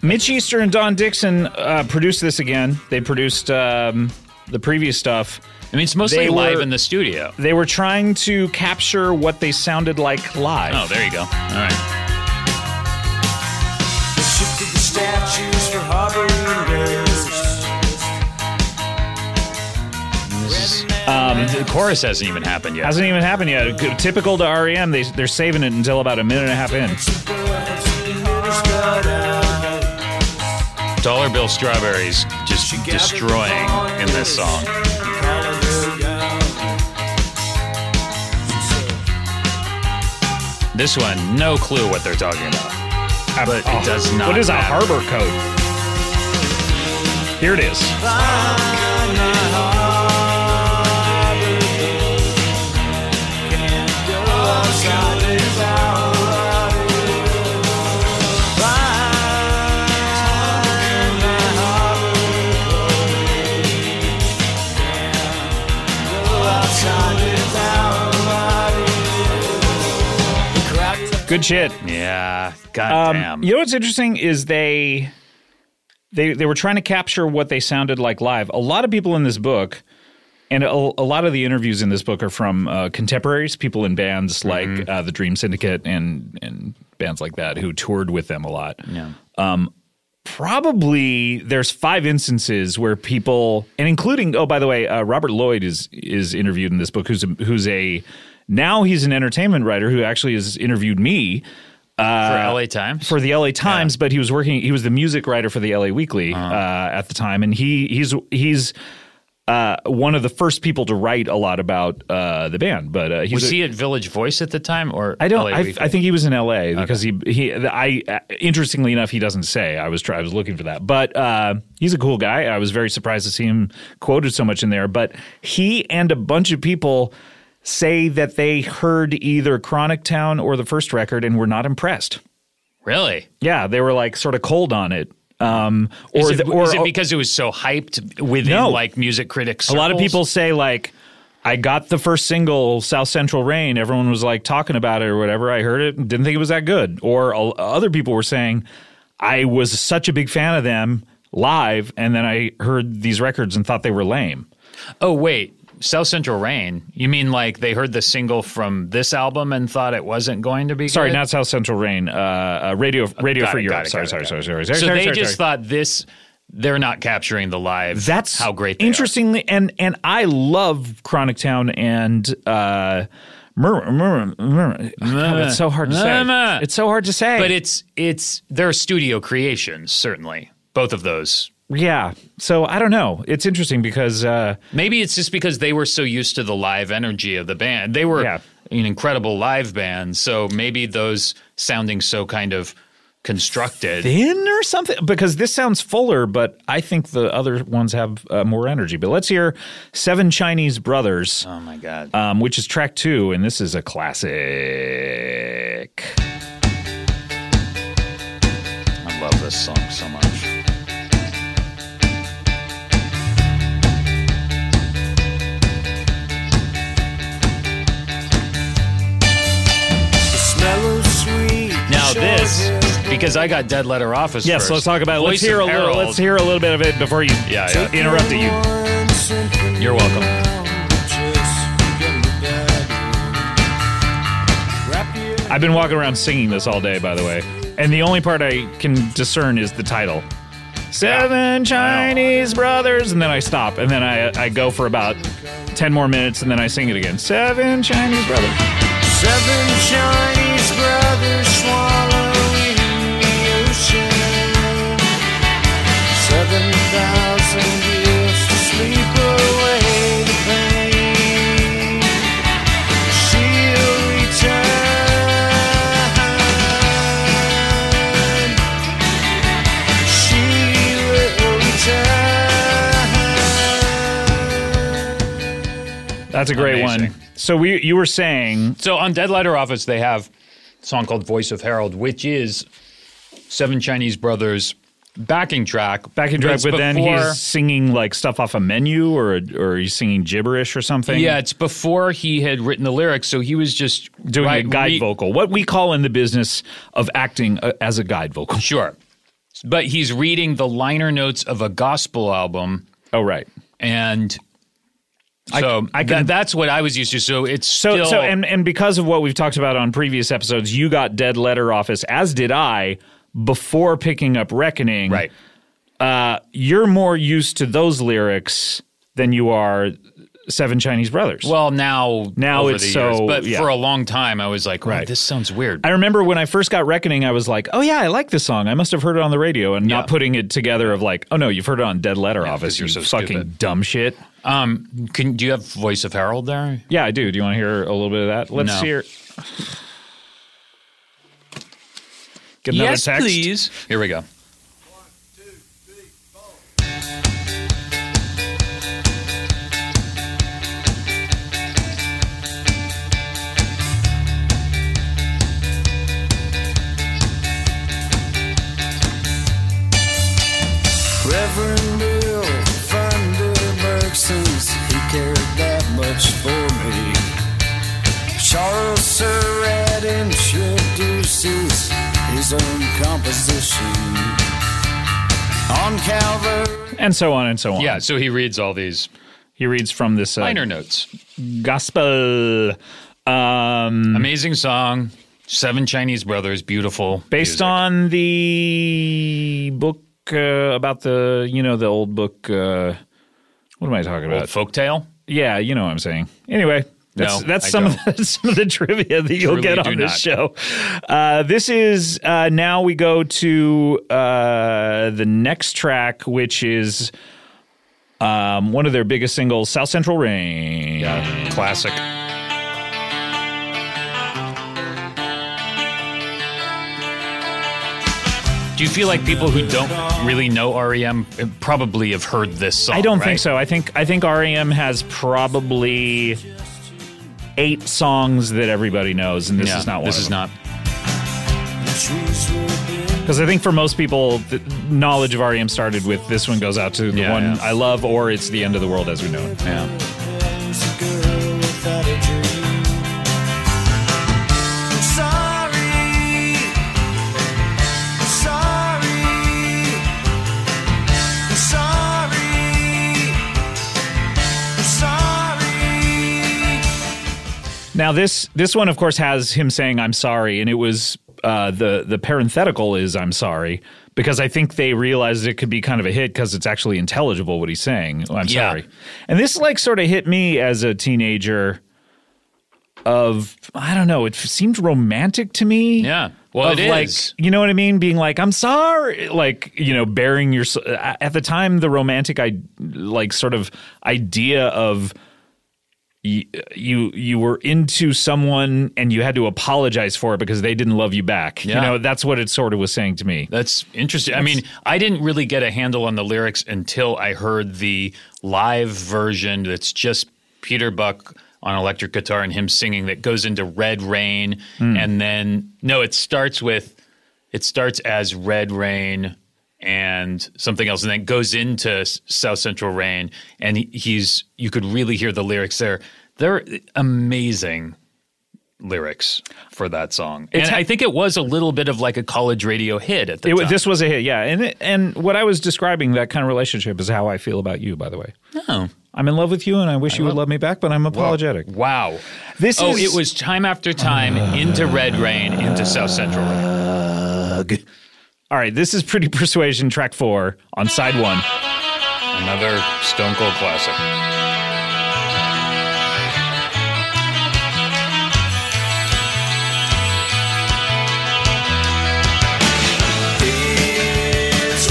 B: Mitch Easter and Don Dixon uh, produced this again. They produced um, the previous stuff.
C: I mean, it's mostly
B: They
C: live
B: were-
C: in the studio.
B: They were trying to capture what they sounded like live.
C: Oh, there you go. All right.
D: They shifted the statues for harboring graves.
C: This is- um, the chorus hasn't even happened yet.
B: Hasn't even happened yet. G- Typical to REM, they, they're saving it until about a minute and a half in.
D: Two boys, who was cut out.
C: dollar bill strawberries just destroying in this song. This one, no clue what they're talking about. But it does not.
B: uh, What is a
C: matter.
B: harbor code? Here it is. Good shit.
C: Yeah,
B: Um,
C: goddamn.
B: you know what's interesting is they they they were trying to capture what they sounded like live. A lot of people in this book, and a, a lot of the interviews in this book are from uh, contemporaries, people in bands like uh, the Dream Syndicate and and bands like that who toured with them a lot. Yeah. Um, probably there's five instances where people, and including oh by the way, uh, Robert Lloyd is is interviewed in this book, who's a, who's a now he's an entertainment writer who actually has interviewed me
C: for LA Times.
B: for the LA Times, but he was working. He was the music writer for the LA Weekly
C: Uh-huh.
B: uh at the time, and he he's he's uh, one of the first people to write a lot about uh, the band. But uh, he's
C: was
B: a-
C: he at Village Voice at the time, or
B: I don't.
C: LA
B: I,
C: Weekly?
B: I think he was in L.A. because he he. I uh, interestingly enough, he doesn't say. I was try, I was looking for that, but uh, he's a cool guy. I was very surprised to see him quoted so much in there. But he and a bunch of people say that they heard either Chronic Town or the first record and were not impressed.
C: really.
B: Yeah, they were like sort of cold on it. Um, or
C: is, it,
B: the, or
C: is it because it was so hyped within
B: No.
C: like music critics?
B: a lot of
C: circles?
B: people say like, I got the first single South Central Rain. Everyone was like talking about it or whatever. I heard it and didn't think it was that good. Or uh, other people were saying, I was such a big fan of them live, and then I heard these records and thought they were lame.
C: Oh wait, South Central Rain. You mean like they heard the single from this album and thought it wasn't going to be?
B: Sorry,
C: good?
B: not South Central Rain. Uh, uh, radio, radio
C: Got
B: for
C: it, got
B: Europe.
C: it,
B: sorry,
C: got it,
B: sorry,
C: got
B: sorry, sorry,
C: it. So
B: sorry, sorry,
C: they
B: sorry,
C: just
B: sorry.
C: thought this. They're not capturing the live.
B: That's
C: how great. They are.
B: interestingly, and and I love Chronic Town and. uh Mur- mur- mur- Oh, God, it's so hard to
C: Murmur.
B: say. It's so hard to say.
C: But it's it's their studio creations, certainly. Both of those.
B: yeah. So I don't know. It's interesting because uh,
C: Maybe it's just because they were so used to the live energy of the band. They were
B: Yeah.
C: an incredible live band, so maybe those sounding so kind of constructed.
B: thin or something. Because this sounds fuller, but I think the other ones have uh, more energy. But let's hear Seven Chinese Brothers,
C: oh my god.
B: um, which is track two, and this is a classic.
C: I love this song so much.
D: The smell of sweet.
C: Now
D: shore
C: this,
D: hill.
C: because I got Dead Letter Office.
B: Yes.
C: first.
B: let's talk about. Let's
C: Voice
B: hear a
C: of
B: little.
C: Herald.
B: Let's hear a little bit of it before you.
C: Yeah, yeah.
B: Interrupted you.
D: Once and for
C: You're welcome.
D: now, just begin the bedroom. Wrap your-
B: I've been walking around singing this all day, by the way. And the only part I can discern is the title. Seven Chinese brothers, and then I stop, and then I I go for about ten more minutes, and then I sing it again. Seven Chinese brothers.
D: Seven Chinese brothers swallowing the ocean. Seven thousand years to sleep away the pain. She'll return. She will return.
B: That's a great
C: Amazing.
B: one. So we you were saying
C: So on Dead Letter Office, they have a song called Voice of Herald, which is Seven Chinese Brothers backing track.
B: backing track,
C: It's
B: but then
C: before-
B: he's singing like stuff off a menu, or or he's singing gibberish or something.
C: Yeah, it's before he had written the lyrics, so he was just
B: doing a
C: write-
B: guide
C: re-
B: vocal, what we call in the business of acting uh, as a guide vocal.
C: Sure. But he's reading the liner notes of a gospel album,
B: Oh right.
C: and so
B: I
C: I,
B: can-
C: that's what I was used to. So it's
B: So,
C: still,
B: so and, and because of what we've talked about on previous episodes, you got Dead Letter Office, as did I, before picking up Reckoning.
C: right.
B: You're more used to those lyrics than you are Seven Chinese Brothers.
C: Well, now
B: Now
C: over
B: it's
C: the
B: so-
C: years, but
B: yeah.
C: for a long time, I was like, oh,
B: Right.
C: this sounds weird.
B: I remember when I first got Reckoning, I was like, oh, yeah, I like this song. I must have heard it on the radio and
C: Yeah.
B: not putting it together of like, oh, no, you've heard it on Dead Letter Office.
C: 'cause you're
B: you
C: so
B: fucking
C: stupid.
B: dumb shit.
C: um, can do you have voice of Harold there?
B: Yeah, I do. Do you want to hear a little bit of that? Let's
C: No.
B: hear. Get another text.
C: please. Here we go.
D: Reverend Bill Funderburg, since he cared that much for me. Charles Surratt introduces his own composition. On Calvary.
B: And so on and so on.
C: Yeah, so he reads all these
B: He reads from this uh,
C: liner notes.
B: gospel um,
C: Amazing song. Seven Chinese Brothers, beautiful.
B: based
C: music.
B: on the book uh, about the, you know, the old book. Uh, what am I talking
C: old
B: about?
C: Uh, folktale.
B: Yeah, you know what I'm saying. Anyway, that's,
C: No,
B: that's
C: I
B: some of the, some of the trivia that you'll
C: Truly
B: get
C: do
B: on this
C: not.
B: show. Uh, this is uh, now we go to uh, the next track, which is um, one of their biggest singles, "South Central Rain."
C: Yeah, classic. Do you feel like people who don't really know REM uh, probably have heard this song?
B: I don't
C: right?
B: think so. I think I think REM has probably eight songs that everybody knows, and this
C: Yeah,
B: is not one.
C: This
B: of
C: is
B: them.
C: not.
D: Trees were
B: Because I think for most people, the knowledge of REM started with this one goes out to the
C: Yeah,
B: one
C: yeah.
B: I love, or it's the end of the world as we know it.
C: Yeah.
D: as a girl without a dream. I'm sorry. I'm sorry. I'm sorry. I'm sorry.
B: Now this this one, of course, has him saying "I'm sorry," and it was uh, the the parenthetical is "I'm sorry" because I think they realized it could be kind of a hit because it's actually intelligible what he's saying. "Oh, I'm
C: Yeah.
B: sorry, and this like sort of hit me as a teenager. Of I don't know, it f- seemed romantic to me.
C: Yeah. Well,
B: of
C: it
B: like,
C: is.
B: You know what I mean? Being like, I'm sorry, like you know, bearing your. s- At the time, the romantic, I like sort of idea of y- you you were into someone and you had to apologize for it because they didn't love you back. You
C: Yeah.
B: know, that's what it sort of was saying to me.
C: That's interesting. I mean, I didn't really get a handle on the lyrics until I heard the live version that's just Peter Buck on electric guitar and him singing that goes into Red Rain
B: Hmm.
C: and then no, it starts with it starts as Red Rain and something else and then goes into S- South Central Rain and he- he's you could really hear the lyrics there. They're amazing lyrics for that song. And
B: It's-
C: I think it was a little bit of like a college radio hit at the
B: It, wa-
C: time.
B: this was a hit, yeah. And it, and what I was describing that kind of relationship is how I feel about you. By the way,
C: Oh.
B: I'm in love with you, and I wish you would love me back, but I'm apologetic.
C: Wow.
B: This
C: oh,
B: is
C: it was time after time into Red Rain, into South Central Rain.
B: all right. This is pretty persuasion track four on side one.
C: Another Stone Cold classic.
D: It's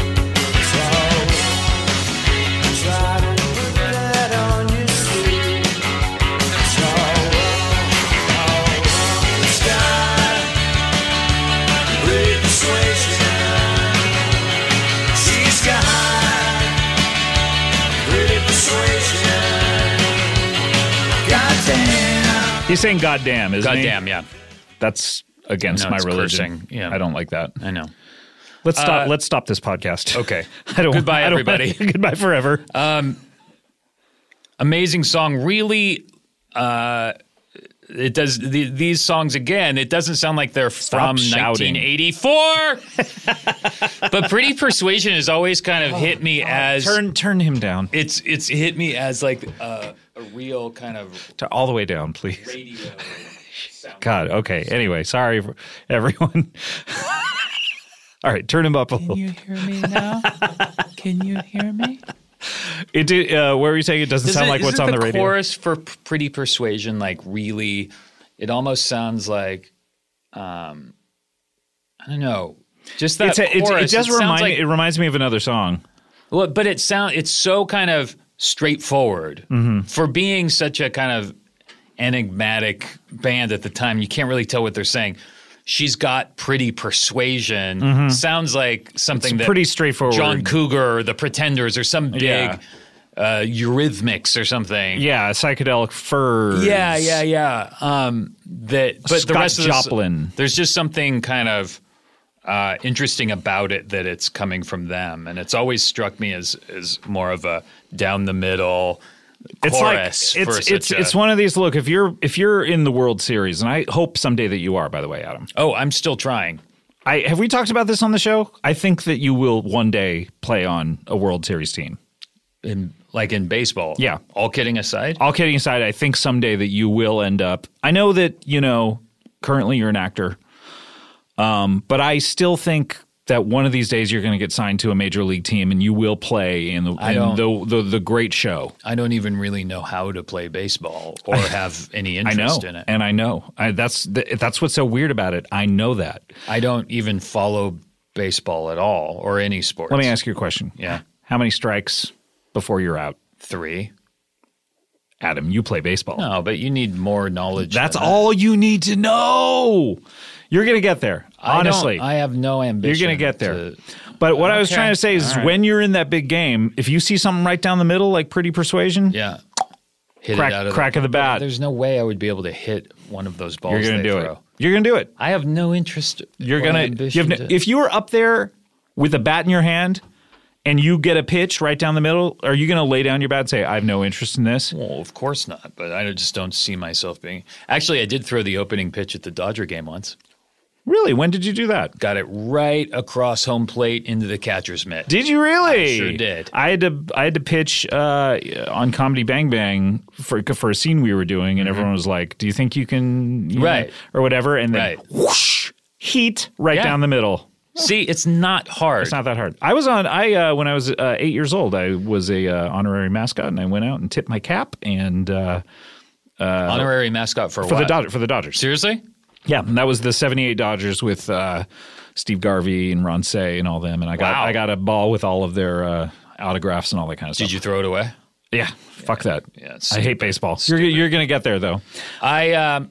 D: Oh Try to put that on your sleeve. So, oh, it's got great persuasion. She's got great persuasion. Goddamn.
B: He's saying "goddamn," isn't he?
C: Goddamn, yeah.
B: That's against
C: No,
B: my
C: it's
B: religion.
C: cursing. Yeah.
B: I don't like that.
C: I know.
B: Let's stop.
C: Uh,
B: let's stop this podcast.
C: Okay.
B: I don't.
C: Goodbye,
B: I don't-
C: everybody.
B: goodbye forever.
C: Amazing song. Really uh, it does the, these songs again. It doesn't sound like they're from
B: shouting.
C: 1984. but Pretty Persuasion has always kind of hit me as
B: Oh, Turn turn him down
C: it's it's hit me as like a, a real kind of
B: to all the way down, please.
C: radio sound.
B: God. Okay. Anyway, sorry for everyone. all right, turn him up a little.
E: Can you hear me now? Can you hear me?
B: It did. Uh, what were you saying? It doesn't sound
C: Isn't-
B: like what's
C: isn't
B: on the, radio.
C: chorus for P- Pretty Persuasion like really it almost sounds like um I don't know. Just that
B: It's a, it's,
C: chorus,
B: it does
C: sounds
B: remind
C: like-
B: me. It reminds me of another song.
C: Well, but it sound it's so kind of straightforward
B: Mm-hmm.
C: for being such a kind of enigmatic band at the time. You can't really tell what they're saying. She's got pretty persuasion. Sounds like something
B: Mm-hmm. It's
C: that
B: pretty straightforward.
C: John Cougar or the Pretenders or some big
B: Yeah.
C: uh, Eurythmics or something.
B: Yeah, psychedelic furs.
C: Yeah, yeah, yeah. Um, that, but the
B: Scott
C: rest of the s-
B: Joplin.
C: there's just something kind of uh, interesting about it that it's coming from them, and it's always struck me as as more of a down the middle
B: It's like
C: chorus
B: it's
C: for
B: it's
C: such
B: it's,
C: a-
B: one of these. Look, if you're if you're in the World Series, and I hope someday that you are. By the way, Adam,
C: Oh, I'm still trying.
B: I have we talked about this on the show. I think that you will one day play on a World Series team.
C: In like in baseball.
B: Yeah.
C: All kidding aside.
B: all kidding aside, I think someday that you will end up. I know that you know currently you're an actor, um, but I still think that one of these days you're going to get signed to a major league team and you will play in the
C: I
B: in the,
C: don't-
B: the the great show.
C: I don't even really know how to play baseball or have any
B: I know,
C: interest in it.
B: and I know I, that's th- that's what's so weird about it. I know that.
C: I don't even follow baseball at all or any sports.
B: Let me ask you a question.
C: Yeah.
B: how many strikes before you're out,
C: three.
B: Adam? You play baseball.
C: No, but you need more knowledge.
B: That's
C: than that.
B: all you need to know. You're going to get there.
C: I don't-
B: Honestly,
C: I, have no ambition.
B: You're going to get there.
C: to-
B: but what I was
C: Okay.
B: trying to say is
C: All right.
B: when you're in that big game, if you see something right down the middle, like pretty persuasion,
C: yeah, hit
B: crack,
C: it out of
B: crack
C: the,
B: of the bat,
C: There's no way I would be able to hit one of those balls.
B: you're going to
C: they
B: do
C: throw.
B: it. You're going to do it.
C: I have no interest.
B: You're
C: or
B: going to,
C: ambition to.
B: if you were up there with a bat in your hand and you get a pitch right down the middle, are you going to lay down your bat and say, I have no interest in this?
C: well, of course not. But I just don't see myself being. Actually, I did throw the opening pitch at the Dodger game once.
B: Really? When did you do that?
C: Got it right across home plate into the catcher's mitt.
B: Did you really?
C: I sure did.
B: I had to I had to pitch uh, on Comedy Bang Bang for for a scene we were doing, and everyone was like, "Do you think you can?" you know,
C: Mm-hmm. Right.
B: or whatever, and then
C: Right.
B: whoosh, heat right
C: Yeah.
B: down the middle.
C: see, it's not hard.
B: It's not that hard. I was on I uh, when I was uh, eight years old. I was a uh, honorary mascot, and I went out and tipped my cap and uh,
C: Honorary mascot for,
B: for the
C: what?
B: Dodger for the Dodgers.
C: Seriously?
B: Yeah, and that was the '78 Dodgers with uh, Steve Garvey and Ron Say and all them. And I got
C: Wow.
B: I got a ball with all of their uh, autographs and all that kind of stuff.
C: Did you throw it away?
B: Yeah, fuck that.
C: Yeah, it's
B: I hate baseball. You're, you're gonna get there though.
C: I um,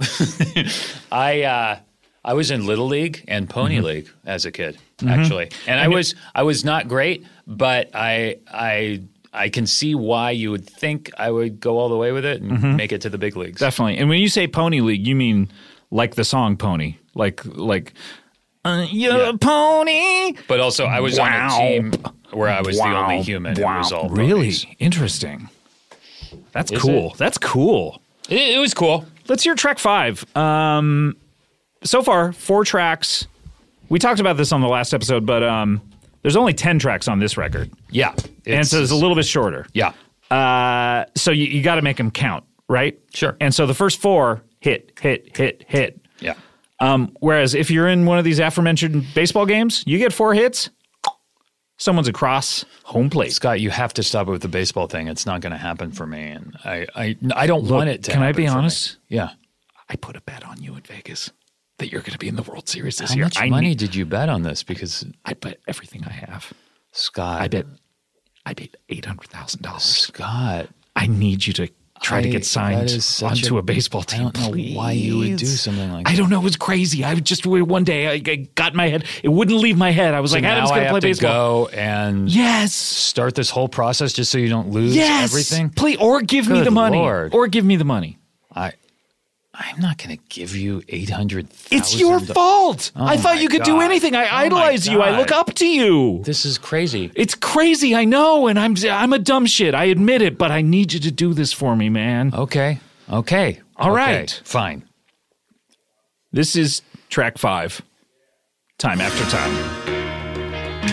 C: I uh, I was in Little League and Pony
B: Mm-hmm.
C: League as a kid, actually, and I was I was not great, but I I I can see why you would think I would go all the way with it and
B: Mm-hmm.
C: make it to the big leagues.
B: Definitely. And when you say pony league, you mean like the song Pony, like like uh, you're
C: Yeah.
B: a pony.
C: but also, I was
B: Wow.
C: on a team where I was the only
B: Wow.
C: human. who
B: Wow.
C: was all
B: really
C: ponies.
B: interesting. That's
C: Is
B: cool.
C: it?
B: That's cool.
C: It, it was cool.
B: Let's hear track five. Um, so far four tracks. We talked about this on the last episode, but um, there's only ten tracks on this record,
C: Yeah,
B: and so it's a little bit shorter.
C: yeah.
B: uh, so you, you got to make them count, right?
C: Sure.
B: And so the first four hit, hit, hit, hit.
C: Yeah.
B: Um, whereas if you're in one of these aforementioned baseball games, you get four hits, someone's across home plate.
C: Scott, you have to stop it with the baseball thing. It's not going to happen for me, and I, I, I don't want it to.
B: can I
C: happen
B: be
C: for me.
B: honest?
C: Yeah.
B: I put a bet on you in Vegas that you're going to be in the World Series this
C: How
B: year.
C: much
B: I
C: money
B: need-
C: did you bet on this? Because
B: I bet everything I have.
C: Scott,
B: I bet. I bet eight hundred thousand dollars.
C: Scott.
B: I need you to try to
C: I-
B: get signed
C: that is such
B: onto a,
C: a-
B: baseball team.
C: don't know
B: please.
C: why you would do something like
B: I don't know. It was crazy. I just one day I, I got in my head. It wouldn't leave my head. I was like,
C: now
B: Adam's
C: I
B: gonna
C: have
B: play
C: to
B: baseball.
C: go and
B: Yes.
C: start this whole process just so you don't lose
B: Yes.
C: everything.
B: Please, or give me
C: Good
B: the money.
C: Lord.
B: Or give me the money.
C: I, I'm not going to give you eight hundred.
B: It's your fault. I thought
C: Oh my
B: you could do
C: God.
B: anything. I
C: Oh my
B: idolize you. I look
C: God.
B: up to you.
C: This is crazy.
B: It's crazy. I know, and I'm I'm a dumb shit.
C: Oh.
B: I admit it, but I need you to do this for me, man.
C: Okay. Okay.
B: All
C: All right.
B: right.
C: Fine.
B: This is track five, time after time.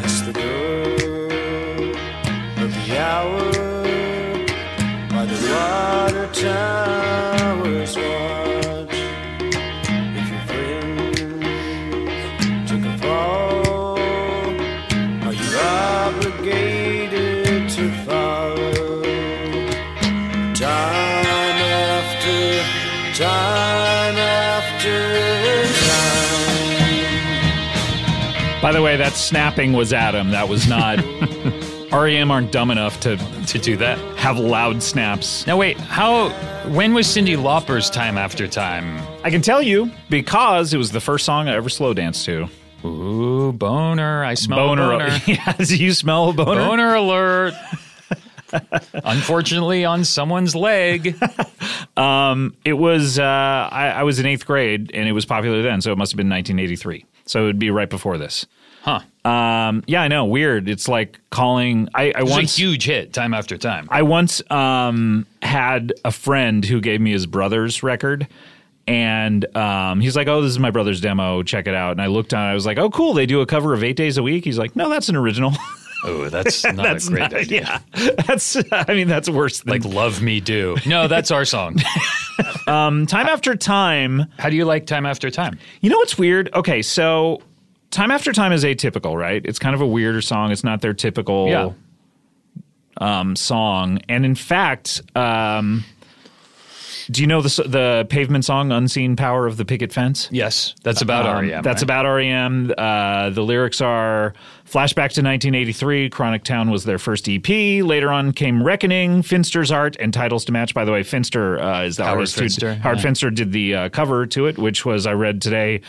D: That's the girl of the hour by the water towers watch. If your friends took a fall, are you obligated to follow? Time after time after time.
B: By the way, that snapping was Adam. That was not. REM aren't dumb enough to
C: to do that.
B: have loud snaps.
C: Now wait, how? When was Cindy Lauper's time after time?
B: I can tell you because it was the first song I ever slow danced to.
C: Ooh, boner! I smell a boner.
B: yeah, do you smell a boner?
C: Boner alert. Unfortunately, on someone's leg.
B: It was uh, I, I was in eighth grade and it was popular then, so it must have been 1983. So it would be right before this.
C: Huh.
B: Um, yeah, I know. Weird. It's like calling. I, I
C: It was
B: once
C: a huge hit time after time.
B: I once um, had a friend who gave me his brother's record. And um, he's like, oh, this is my brother's demo. Check it out. And I looked on. it, I was like, oh, cool. They do a cover of Eight Days a Week. He's like, no, that's an original.
C: Oh, that's not
B: that's
C: a great
B: not-
C: idea.
B: Yeah, that's. I mean, that's worse than
C: Like Love Me Do. No, that's our song.
B: time after time.
C: How do you like Time After Time?
B: You know what's weird? Okay, so time after time is atypical, right? It's kind of a weirder song. It's not their typical
C: Yeah.
B: um, song. And in fact, um, do you know the s- the pavement song "Unseen Power of the Picket Fence"?
C: Yes, Uh, that's about
B: Um,
C: REM.
B: That's
C: right?
B: about REM. Uh, the lyrics are flashback to 1983. Chronic Town was their first EP. Later on came Reckoning, Finster's Art, and titles to match. By the way, Finster uh, is the
C: Howard
B: artist
C: Finster,
B: who Howard
C: yeah.
B: Finster did the uh, cover to it, which was I read today.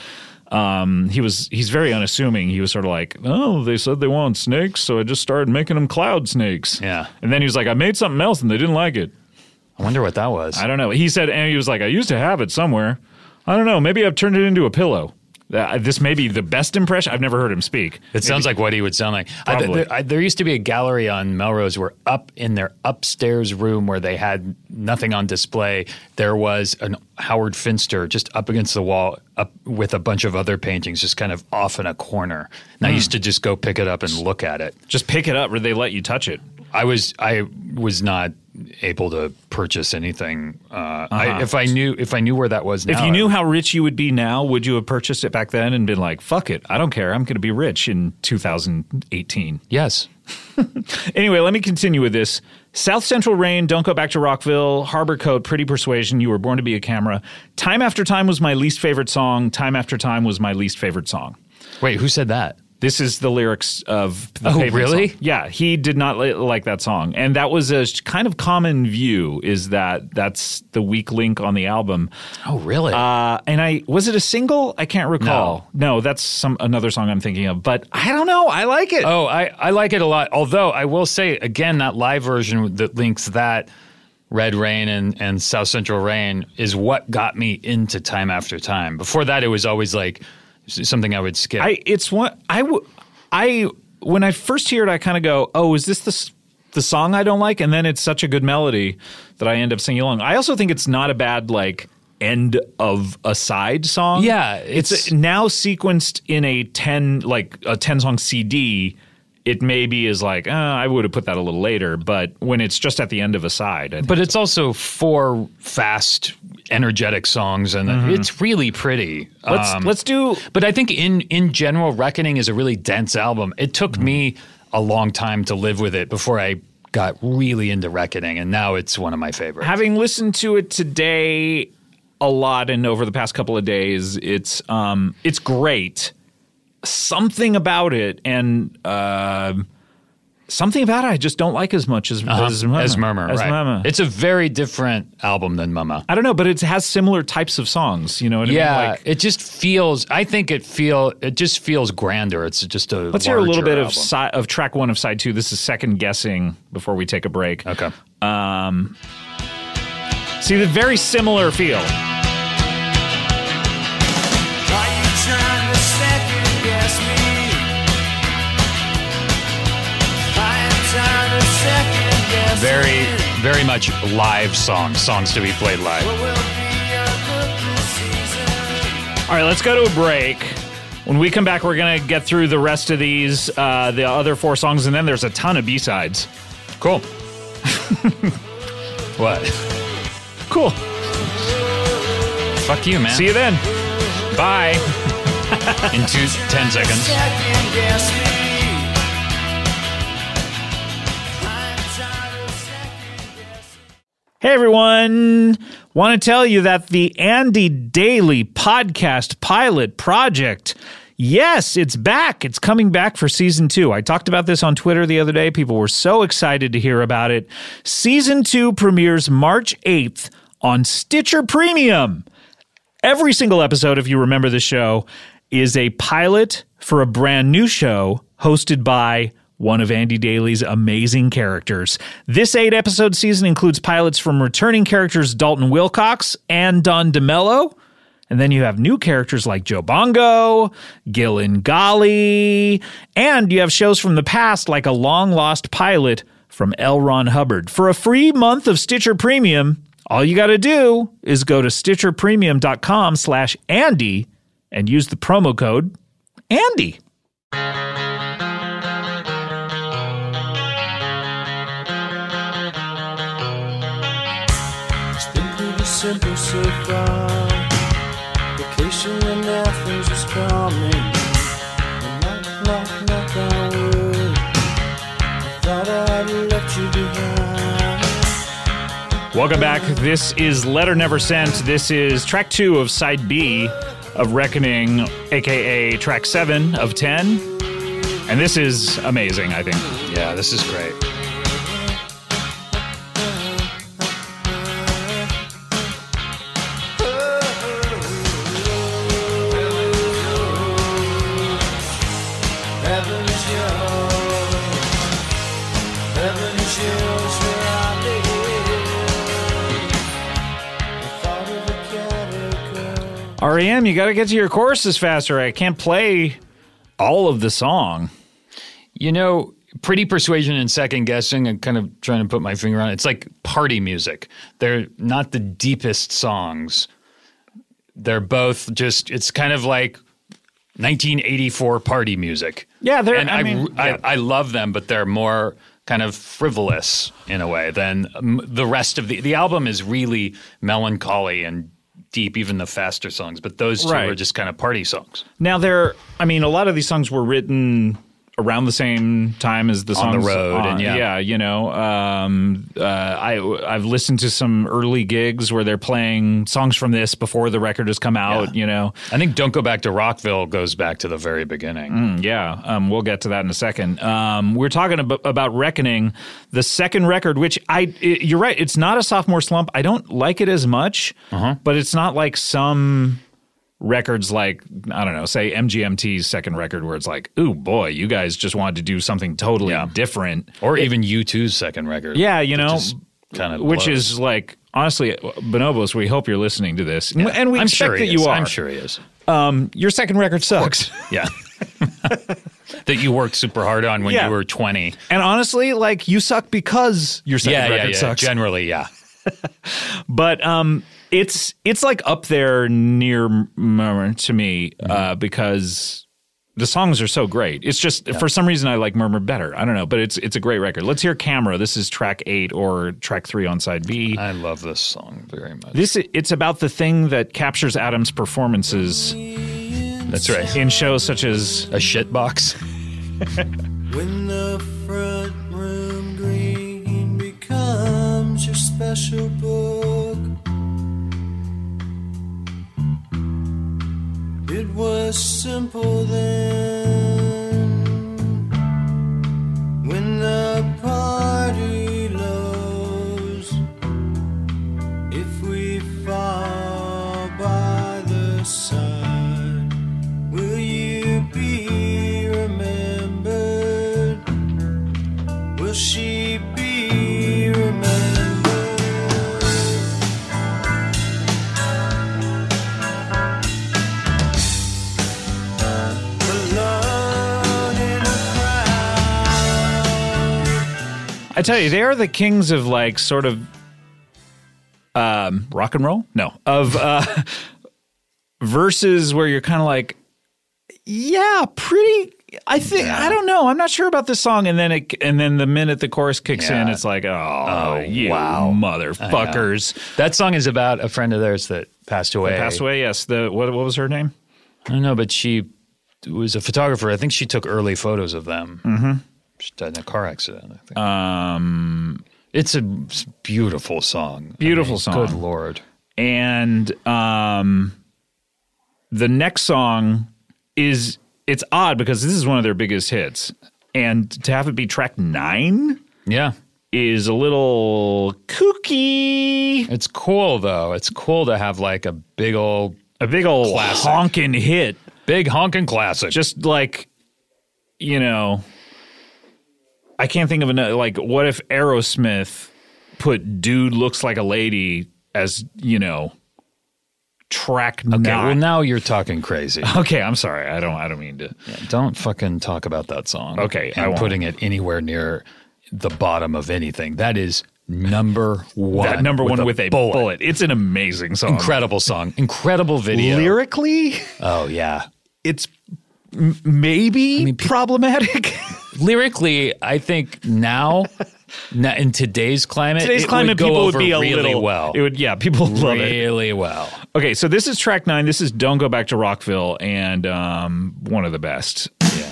B: Um, he was he's very unassuming. He was sort of like, oh, they said they wanted snakes, so I just started making them cloud snakes.
C: Yeah.
B: and then he was like, I made something else and they didn't like it.
C: I wonder what that was.
B: I don't know. He said, and he was like, I used to have it somewhere. I don't know. Maybe I've turned it into a pillow. Uh, this may be the best impression. I've never heard him speak.
C: It sounds like what he would sound like. I,
B: Probably.
C: there, I, there used to be a gallery on Melrose where up in their upstairs room where they had nothing on display, there was an Howard Finster just up against the wall up with a bunch of other paintings just kind of off in a corner. And I used to just go pick it up and look at it.
B: Just pick it up or they let you touch it.
C: I was I was not able to purchase anything. Uh, I, if I knew if I knew where that was now.
B: Uh-huh. If you knew how rich you would be now, would you have purchased it back then and been like, fuck it, I don't care. I'm going to be rich in 2018?
C: Yes.
B: Anyway, let me continue with this. South Central Rain, Don't Go Back to Rockville, Harbor Code, Pretty Persuasion, You Were Born to Be a Camera. Time After Time was my least favorite song. Time After Time was my least favorite song.
C: Wait, who said that?
B: This is the lyrics of the
C: Oh,
B: Pavement
C: really?
B: song. Yeah, he did not li- like that song, and that was a sh- kind of common view. Is that that's the weak link on the album?
C: Oh, really?
B: Uh, and I was it a single? I can't recall. No, that's some another song I'm thinking of, but I don't know. I like it.
C: Oh, I, I like it a lot. Although I will say again, that live version that links that Red Rain and, and South Central Rain is what got me into Time After Time. Before that, it was always like s- something I would skip.
B: I it's one I w- I when I first hear it, I kind of go, "Oh, is this the s- the song I don't like?" And then it's such a good melody that I end up singing along. I also think it's not a bad like end of a side song.
C: Yeah,
B: it's,
C: it's-
B: now sequenced in a ten like a ten song CD. It maybe is like uh, I would have put that a little later, but when it's just at the end of a side, I think-
C: but it's also four fast, energetic songs, and it's really pretty.
B: Mm-hmm. let's
C: Um,
B: let's do
C: But I think in in general, Reckoning is a really dense album. It took
B: Mm-hmm.
C: me a long time to live with it before I got really into Reckoning, and now it's one of my favorites.
B: having listened to it today a lot and over the past couple of days it's um it's great something about it and um something about it i just don't like as much as Uh-huh. as murmur,
C: as Murmur,
B: As
C: right.
B: Murmur.
C: It's a very different album than Mama.
B: i don't know but it has similar types of songs you know what i
C: Yeah,
B: mean like
C: it just feels. I think it feel. It just feels grander. It's just a.
B: let's hear a little
C: larger
B: bit of
C: album.
B: si- of track one of side two this is second guessing before we take a break
C: Okay.
B: see the very similar feel
D: Are you trying to second guess me? I am trying to second last
C: Very,
D: name.
C: very much live songs, songs to be played live.
D: What will be our cooking season?
B: All right, let's go to a break. When we come back, we're going to get through the rest of these, uh, the other four songs, and then there's a ton of B sides.
C: Cool. what?
B: Cool.
C: Fuck you, man.
B: See you then.
C: Bye. In two, ten seconds.
D: Second guess me. I'm tired of second guessing.
B: Hey everyone, want to tell you that the Andy Daly podcast pilot project. Yes, it's back. It's coming back for season two. I talked about this on Twitter the other day. People were so excited to hear about it. Season two premieres March 8th on Stitcher Premium. Every single episode, if you remember the show, is a pilot for a brand new show hosted by one of Andy Daly's amazing characters. This eight episode season includes pilots from returning characters Dalton Wilcox and Don DeMello. And then you have new characters like Joe Bongo, Gil Ngali, and you have shows from the past like a long lost pilot from L. Ron Hubbard. For a free month of Stitcher Premium, all you got to do is go to stitcherpremium.com slash Andy and use the promo code Andy.
D: It's been pretty simple so far. Vacation in Athens is coming. And knock, knock, knock on wood. I thought I'd left you behind.
B: Welcome back. This is Letter Never Sent. This is track two of side B of Reckoning, aka track seven of 10. And this is amazing, I think.
C: Yeah, this is great.
D: Heaven is yours. Heaven is yours where I live. The thought of a catacomb.
B: REM, E you got to get to your choruses faster. I can't play all of the song.
C: You know, pretty persuasion and second guessing and kind of trying to put my finger on it. It's like party music. They're not the deepest songs. They're both just it's kind of like 1984 party music.
B: Yeah, they're-
C: and
B: I
C: I,
B: mean,
C: I,
B: yeah.
C: I love them, but they're more kind of frivolous in a way than um, the rest of the the album is really melancholy and deep even the faster songs, but those two
B: Right.
C: are just kind of party songs.
B: Now, there, I mean, a lot of these songs were written around the same time as the
C: On
B: songs
C: the road, and yeah.
B: you know, um, uh, I I've listened to some early gigs where they're playing songs from this before the record has come out.
C: Yeah.
B: You know,
C: I think Don't Go Back to Rockville goes back to the very beginning.
B: Yeah, um, we'll get to that in a second. Um, we're talking ab- about Reckoning, the second record, which I i- you're right, it's not a sophomore slump. I don't like it as much, but it's not like some records like I don't know, say MGMT's second record, where it's like, ooh boy, you guys just wanted to do something totally different.
C: or even U2's second record.
B: Yeah, you know,
C: kind of
B: which is like honestly, Bonobos, we hope you're listening to this, and we
C: I'm
B: expect
C: sure
B: that
C: he
B: you
C: is.
B: are.
C: I'm sure he is.
B: your second record sucks.
C: Yeah. that you worked super hard on when
B: Yeah.
C: you were 20.
B: And honestly, like you suck because your second
C: yeah, yeah,
B: record
C: yeah.
B: sucks.
C: Generally, yeah.
B: but um, it's it's like up there near Murmur to me uh,
C: Mm-hmm.
B: because the songs are so great. It's just for some reason I like Murmur better. I don't know, but it's it's a great record. Let's hear Camera. This is track eight or track three on side B.
C: I love this song very much.
B: this it's about the thing that captures Adam's performances
C: That's right.
B: in shows such as
C: A shit box.
D: When the front room green becomes your special book, it was simple then. When the party lows, if we fall by the side. Will you be remembered? Will she be remembered? Alone in a crowd.
B: I I tell you, they are the kings of like sort of um, rock and roll. No, of uh, verses where you're kind of like, yeah, pretty. I think I don't know. I'm not sure about this song. And then it, and then the minute the chorus kicks in,
C: Yeah.
B: it's like, oh, you
C: wow.
B: motherfuckers.
C: That song is about a friend of theirs that passed away.
B: Passed away. Yes. The what? What was her name?
C: I don't know, but she was a photographer. I think she took early photos of them. Mm-hmm. She died in a car accident. I think. Um, it's a s- beautiful song. I
B: Beautiful
C: mean,
B: song.
C: Good lord.
B: and um, the next song is it's odd because this is one of their biggest hits, and to have it be track nine
C: Yeah,
B: is a little kooky,
C: it's cool though. It's cool to have like a big old,
B: a big old
C: Classic.
B: honking hit,
C: big honking classic.
B: just like you know. I can't think of another. Like, what if Aerosmith put "Dude Looks Like a Lady" as you know track nine?
C: okay, well now you're talking crazy.
B: Okay, I'm sorry. I don't. I don't mean to.
C: Don't fucking talk about that song.
B: Okay, I
C: and
B: won't.
C: putting it anywhere near the bottom of anything. That is number one.
B: That number one with a bullet. It's an amazing song.
C: Incredible song. Incredible video.
B: Lyrically,
C: Oh yeah.
B: it's m- maybe problematic.
C: Lyrically, I think now, now in today's climate,
B: Today's
C: it
B: climate,
C: would go
B: people would
C: over
B: be a
C: really
B: little
C: well.
B: It would, yeah, people would love it.
C: really well.
B: Okay, so this is track nine. This is "Don't Go Back to Rockville" and um, one of the best.
C: Yeah.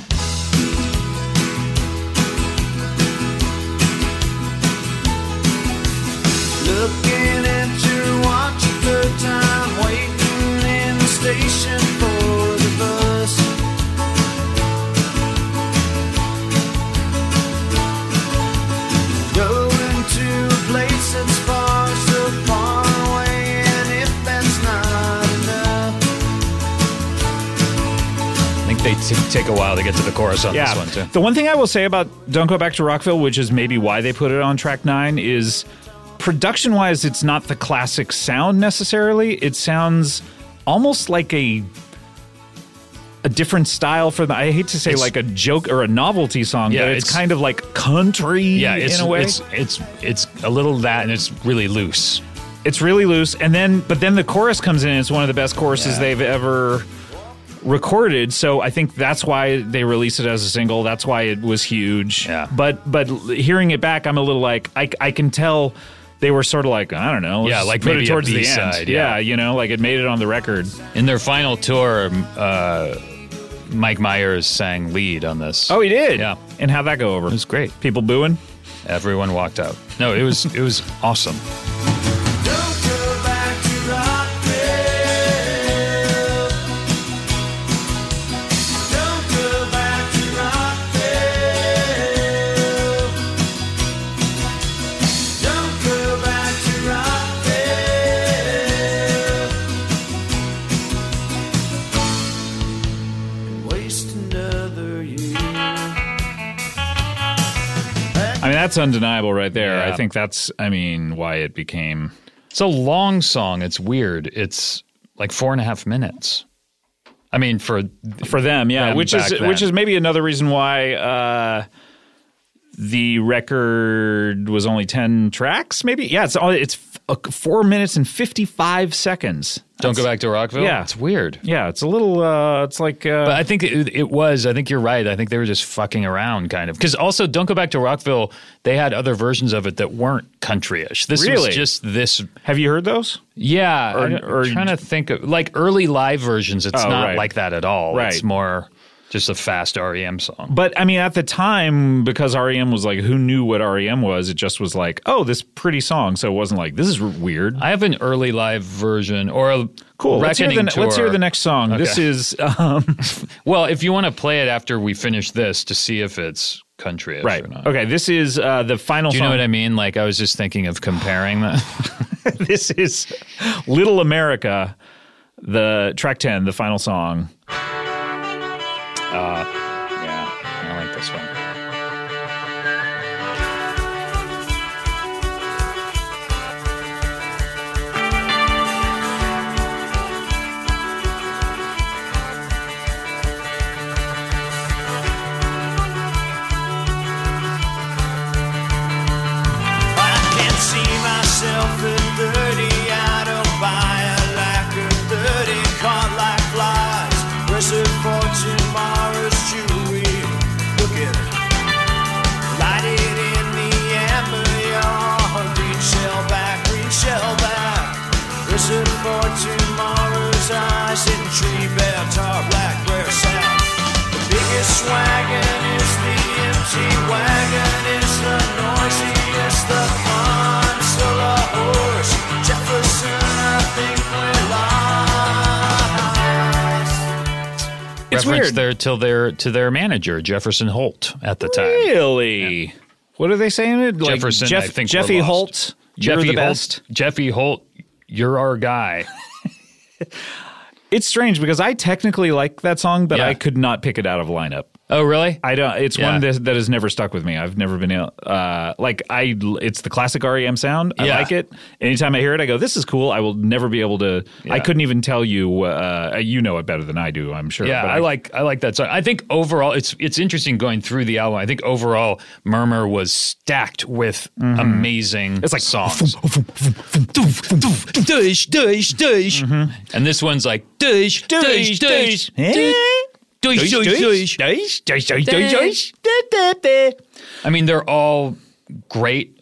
D: Looking at your watch a third time, waiting in the station for the bus. Going to a place that's far, so far away, and if that's not enough.
C: I think they t- take a while to get to the chorus on
B: Yeah,
C: this one too.
B: the one thing I will say about "Don't Go Back to Rockville," which is maybe why they put it on track nine, is production-wise, it's not the classic sound necessarily. It sounds almost like a a different style for the. I hate to say
C: It's-
B: like a joke or a novelty song,
C: Yeah,
B: but it's,
C: it's-
B: kind of like country.
C: Yeah, it's,
B: in a way.
C: it's it's it's a little that, and it's really loose.
B: It's really loose, and then but then the chorus comes in. and It's one of the best choruses
C: Yeah.
B: they've ever recorded. So I think that's why they released it as a single. That's why it was huge.
C: Yeah.
B: But but hearing it back, I'm a little like I I can tell they were sort of like I don't know.
C: Yeah,
B: let's
C: like
B: put it
C: maybe a
B: towards the end.
C: B-side, yeah.
B: you know, like it made it on the record.
C: In their final tour, uh, Mike Myers sang lead on this.
B: Oh, he did.
C: Yeah.
B: And how'd that go over? It
C: was great.
B: People booing.
C: Everyone walked out. No, it was it was awesome.
D: Don't go back to Rockville. Don't go back to Rockville. Don't go back to Rockville. And waste another year.
B: I mean, that's undeniable right there.
C: Yeah.
B: I think that's I mean why it became.
C: It's a long song. It's weird. It's like four and a half minutes. I mean, for
B: for them, yeah.
C: them
B: which is
C: back then.
B: which is maybe another reason why uh, the record was only ten tracks. Maybe yeah. It's only it's f- uh, four minutes and fifty five seconds.
C: don't go back to Rockville.
B: Yeah.
C: it's weird.
B: Yeah, it's a little. Uh, it's like uh,
C: But I think it, it was. I think you're right. I think they were just fucking around, kind of. Because also, don't go back to Rockville. They had other versions of it that weren't country-ish. This
B: Really?
C: was just this.
B: have you heard those?
C: Yeah,
B: Or-
C: I'm
B: or-
C: trying to think of like early live versions. It's
B: Oh,
C: not
B: right.
C: like that at all.
B: Right.
C: It's more just a fast REM song.
B: But I mean, at the time, because REM was like, who knew what REM was? It just was like, oh, this pretty song. So it wasn't like this is r- weird.
C: I have an early live version or a
B: Cool. Let's hear, the,
C: Reckoning
B: ne- let's hear
C: tour.
B: the next song. This
C: Okay.
B: is um,
C: Well, if you want to play it after we finish this to see if it's country
B: right.
C: or not.
B: Okay, this is uh, the final.
C: Do you
B: song.
C: know what I mean? Like I was just thinking of comparing that.
B: this is Little America, the track 10, the final song. Uh,
C: yeah, I like this one.
D: Don't oh,
C: reference
B: weird.
C: there to their to their manager Jefferson Holt at the time.
B: Really? What are they saying? It Like
C: Jefferson,
B: Jeff-
C: I think we're
B: Jeffy
C: lost.
B: Holt.
C: Jeffy
B: you're the
C: Holt,
B: best.
C: Jeffy Holt, you're our guy.
B: It's strange because I technically like that song, but
C: Yeah.
B: I could not pick it out of lineup.
C: oh, really?
B: I don't. It's one
C: Yeah.
B: that, that has never stuck with me. I've never been able- uh, like I. It's the classic REM sound. I
C: Yeah.
B: like it. Anytime I hear it, I go, "This is cool." I will never be able to. I
C: Yeah.
B: couldn't even tell you. Uh, you know it better than I do. I'm sure.
C: yeah,
B: but
C: I like I like that song. I think overall, it's it's interesting going through the album. I think overall, Murmur was stacked with amazing
B: Mm-hmm.
C: it's
B: like,
C: songs. Dush, dush, dush. And this one's like dush, dush, dush,
B: Mm-hmm. Eh?
C: dush, dush, dush.
B: Dish, dish, dish, dish, dish.
C: Dish. I mean, they're all great.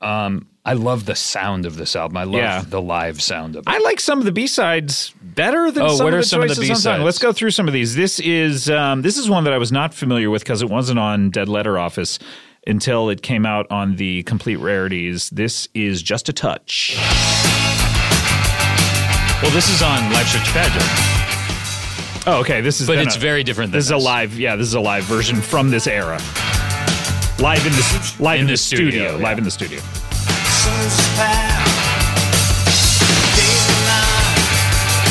C: Um, I love the sound of this album. I love
B: Yeah.
C: the live sound of it.
B: I like some of the B sides better than
C: Oh,
B: some
C: what
B: of
C: are
B: the
C: some of the
B: choices on song.
C: B-sides?
B: Let's go through some of these. This is um, this is one that I was not familiar with because it wasn't on Dead Letter Office until it came out on the Complete Rarities. This is just a touch.
C: well, this is on Live Church Pageant,
B: Oh, okay. This is
C: but
B: then
C: it's
B: a-
C: very different than
B: This is a live. Yeah, this is a live version from this era. Live in the live in, the, studio.
C: studio,
B: Live
C: yeah.
B: in the studio.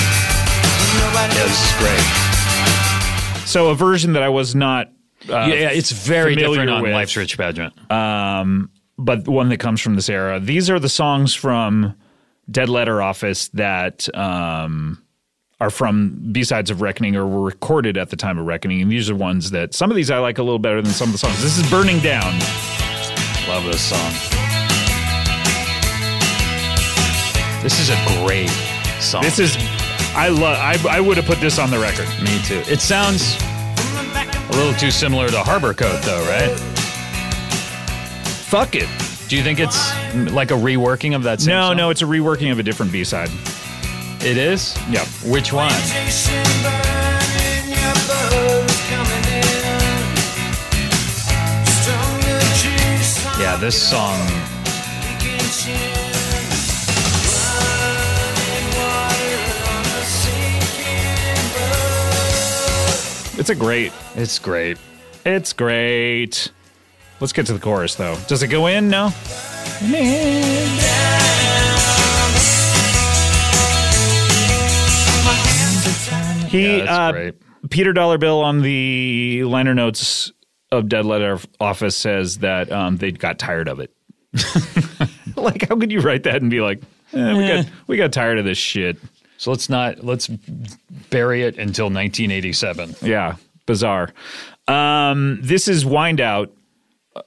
C: Yeah, this is great.
B: So a version that I was not. Uh,
C: yeah, yeah, it's very
B: familiar
C: different on
B: with.
C: Life's Rich Pageant.
B: but one that comes from this era. These are the songs from Dead Letter Office that um, are from B sides of Reckoning or were recorded at the time of Reckoning, and these are ones that some of these I like a little better than some of the songs. This is Burning Down.
C: Love this song. This is a great song.
B: This is I love. I, I would have put this on the record.
C: me too. It sounds a little too similar to Harbor Code, though, right?
B: Fuck it.
C: Do you think it's mm, like a reworking of that? Same
B: No,
C: song?
B: no, it's a reworking of a different B side.
C: it is.
B: Yeah.
C: Which one? Yeah, this song.
B: It's a great.
C: It's great.
B: It's great. Let's get to the chorus though. Does it go in? No. He
C: Yeah, that's
B: uh,
C: great.
B: Peter Dollarbill on the liner notes of Dead Letter Office says that um, they got tired of it. like, how could you write that and be like, eh, we got we got tired of this shit?
C: So let's not let's bury it until 1987.
B: Yeah, bizarre. Um, this is Wind Out,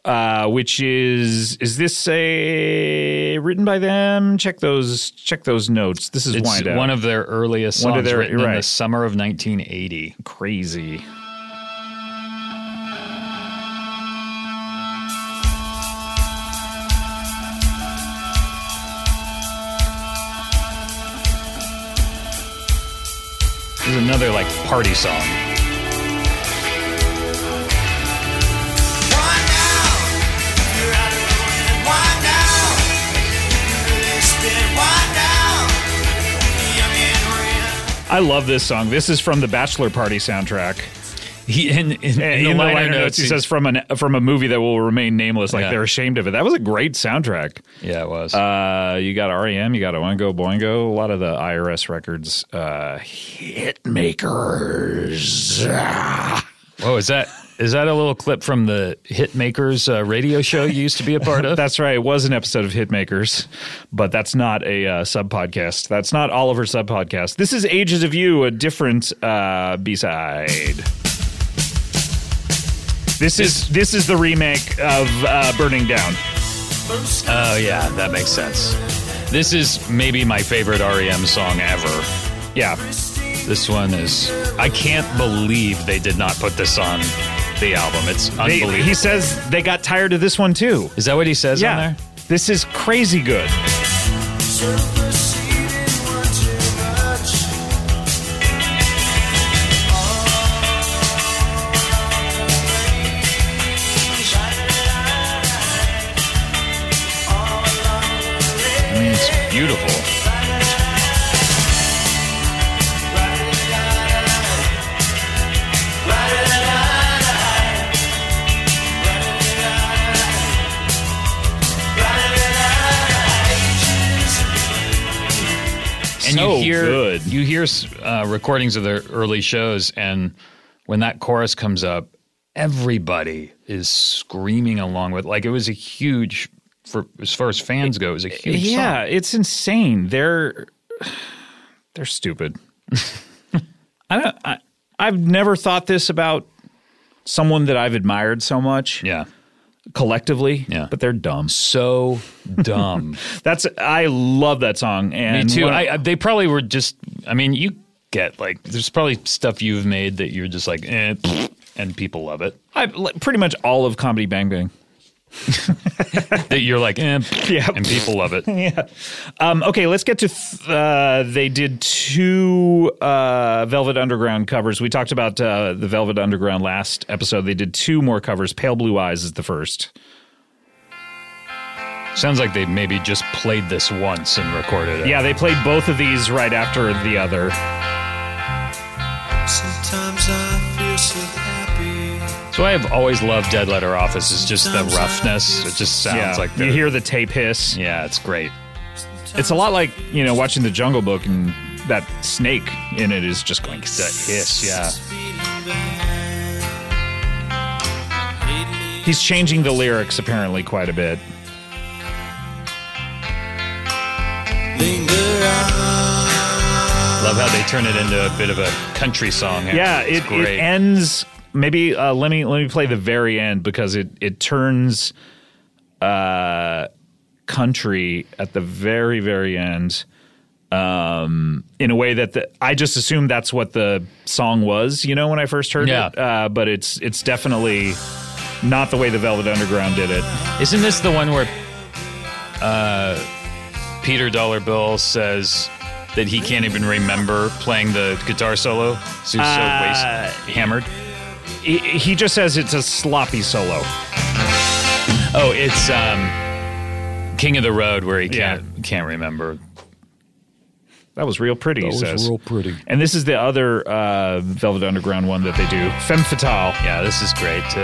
B: uh, which is is this a written by them? Check those check those notes. This is
C: It's
B: Wind Out.
C: one of their earliest
B: One
C: songs
B: of their-
C: written in
B: right.
C: the summer of 1980.
B: crazy.
C: This is another like party song.
B: I love this song. This is from the Bachelor Party soundtrack.
C: He in, in, in,
B: In,
C: the, liner notes,
B: he says from an from a movie that will remain nameless. Like
C: Yeah.
B: they're ashamed of it. That was a great soundtrack.
C: "Yeah, it was."
B: Uh, you got REM, you got Oingo Boingo, a lot of the IRS records, uh, hit makers.
C: oh, is that is that a little clip from the Hitmakers uh, radio show you used to be a part of?
B: That's right. It was an episode of Hitmakers, but that's not a uh, sub podcast. That's not Oliver sub podcast. This is Ages of You, a different uh, B side. This is this is the remake of uh, Burning Down.
C: oh yeah, that makes sense. This is maybe my favorite REM song ever.
B: Yeah,
C: This one is. I can't believe they did not put this on the album. It's
B: They-
C: unbelievable.
B: he says they got tired of this one too.
C: is that what he says on
B: Yeah,
C: there?
B: this is crazy good.
C: I mean, it's beautiful. you
F: so
C: hear
F: good.
C: you hear uh, recordings of the early shows, and when that chorus comes up, everybody is screaming along with. Like it was a huge, for as far as fans go, it was a huge
B: yeah,
C: song.
B: it's insane. They're they're stupid. I don't. I, I've never thought this about someone that I've admired so much
C: Yeah,
B: collectively.
C: Yeah.
B: but they're dumb.
C: so dumb.
B: That's I love that song.
C: Me
B: And
C: too.
B: when-
C: I, I, they probably were just. I mean, you get like there's probably stuff you've made that you're just like, eh, pfft, and people love it.
B: I like, pretty much all of comedy Bang Bang.
C: That you're like, eh, pfft,
B: Yeah.
C: and people love it.
B: Um, okay, let's get to. Th- uh, they did two uh, Velvet Underground covers. We talked about uh, the Velvet Underground last episode. They did two more covers. Pale Blue Eyes is the first.
C: Sounds like they maybe just played this once and recorded it.
B: Yeah, they played both of these right after the other.
D: Sometimes I feel so happy.
C: So I have always loved Dead Letter Office. Is just the roughness. It just sounds
B: yeah,
C: like
B: you
C: they're-
B: hear the tape hiss.
C: Yeah, it's great.
B: It's a lot like you know watching the Jungle Book and that snake in it is just going
C: That hiss. Yeah.
B: He's changing the lyrics apparently quite a bit.
D: Linger on.
C: Love how they turn it into a bit of a country song. here.
B: Yeah,
C: it's
B: it,
C: great.
B: it ends. Maybe uh, let me let me play the very end because it it turns uh, country at the very very end um, in a way that the, I just assumed that's what the song was. You know, when I first heard
C: Yeah.
B: it, uh, but it's it's definitely not the way the Velvet Underground did it.
C: Isn't this the one where uh, Peter Dollar Bill says that he can't even remember playing the guitar solo? So he's so
B: Uh,
C: waste- hammered.
B: He, he just says it's a sloppy solo.
C: Oh, it's um, King of the Road where he can't can't remember.
B: That was real pretty. he
C: was
B: says.
C: real pretty.
B: And this is the other uh, Velvet Underground one that they do, Femme Fatale.
C: Yeah, this is great. too.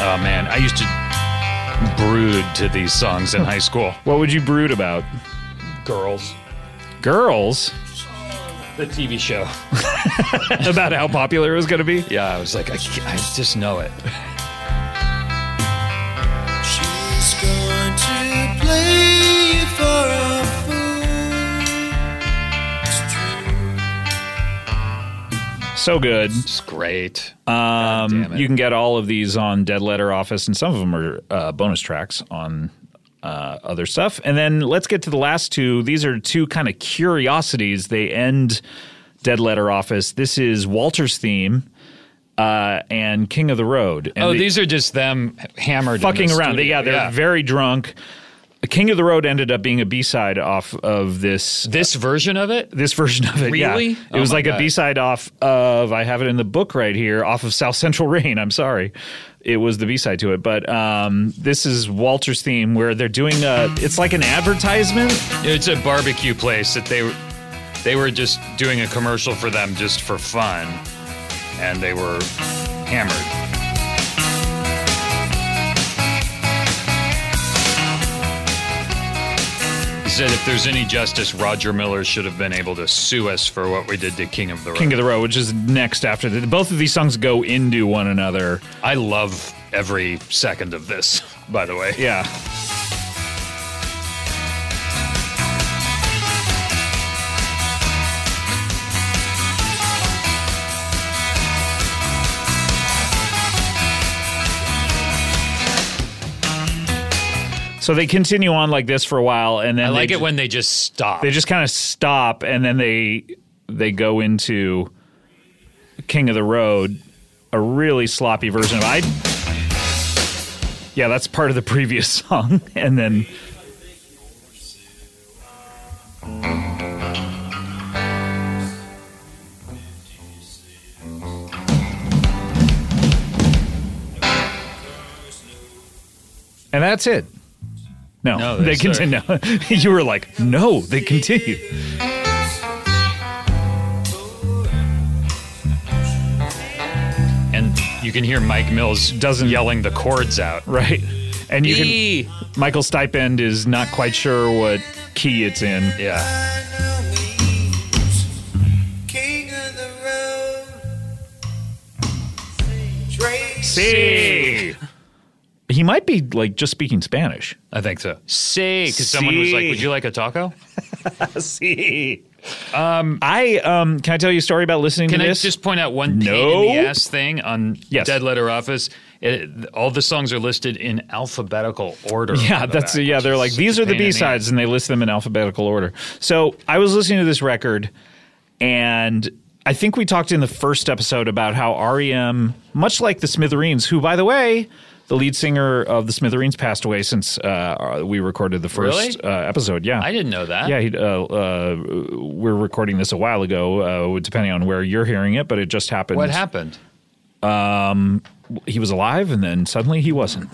C: oh man, I used to brood to these songs in high school.
B: What would you brood about?
C: Girls,
B: Girls?
C: the TV show.
B: about how popular it was going to be?
C: Yeah, I was like, I, can't- I just know it.
D: She's going to play you for a fool. It's true.
B: So good.
C: It's great.
B: Um,
C: damn it.
B: you can get all of these on Dead Letter Office, and some of them are uh, bonus tracks on uh, other stuff. And then let's get to the last two. These are two kind of curiosities. They end Dead Letter Office. This is Walter's theme uh, and King of the Road. And
C: oh,
B: the-
C: these are just them hammered, in the
B: fucking around. They-
C: studio.
B: yeah, they're very drunk. King of the Road ended up being a B side off of this
C: this version of it.
B: this version of it. yeah.
C: Really?
B: It
C: Oh
B: was
C: my
B: like a
C: God.
B: B side off of I have it in the book right here off of South Central Rain. I'm sorry. It was the B side to it, but um, this is Walter's theme where they're doing a. It's like an advertisement.
C: It's a barbecue place that they were they were just doing a commercial for them just for fun, and they were hammered. He said, "If there's any justice, Roger Miller should have been able to sue us for what we did to King of the Road."
B: King of the Road, which is next after the, both of these songs go into one another.
C: I love every second of this. By the way,
B: Yeah. So they continue on like this for a while, and then
C: I like
B: they,
C: it when they just stop.
B: they just kind of stop, and then they they go into King of the Road, a really sloppy version of I. Yeah, that's part of the previous song, and then and that's it. No,
C: No,
B: they
C: they
B: continue.
C: start-
B: you were like, no, they continue.
C: and you can hear Mike Mills
B: Doesn't-
C: yelling the chords out.
B: Right. And you can Michael Stipend is not quite sure what key it's in.
C: Yeah.
D: Now we
B: See. He might be like just speaking Spanish.
C: I think so. See, because someone was like,
B: See.
C: "Would you like a taco?"
B: See. Um, I um, can I tell you a story about listening
C: Can
B: to
C: I
B: this?
C: just point out one pain
B: No.
C: in the ass thing on
B: Yes.
C: Dead Letter Office? It, all the songs are listed in alphabetical order.
B: yeah,
C: on the
B: that's
C: back,
B: yeah.
C: which
B: They're
C: is
B: like
C: such
B: these
C: a
B: are the
C: pain in
B: B sides, and they list them in alphabetical order. So I was listening to this record, and I think we talked in the first episode about how REM, much like the Smithereens, who by the way, the lead singer of the Smithereens passed away since uh, we recorded the first
C: Really?
B: uh, episode. Yeah,
C: I didn't know that.
B: Yeah, he, uh, uh, we're recording this a while ago, uh, depending on where you're hearing it, but it just happened.
C: What happened?
B: He was alive, and then suddenly he wasn't.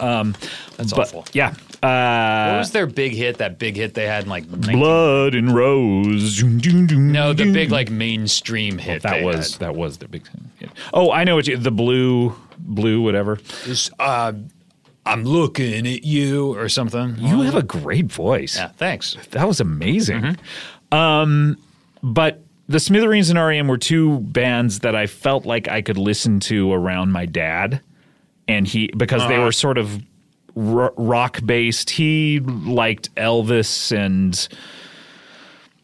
B: um,
C: That's
B: but
C: awful.
B: yeah, uh,
C: what was their big hit? That big hit they had in like 19
B: blood and rose. Doom, doom, doom,
C: no, the
B: doom.
C: big like mainstream hit.
B: that
C: they
B: was
C: had.
B: that was the big. Hit. Oh, I know what you, the blue, blue whatever.
C: It's, uh, I'm looking at you or something.
B: You have a great voice.
C: Oh. yeah, thanks.
B: That was amazing. Um, but the Smithereens and REM were two bands that I felt like I could listen to around my dad, and he because they were sort of ro rock based. He liked Elvis and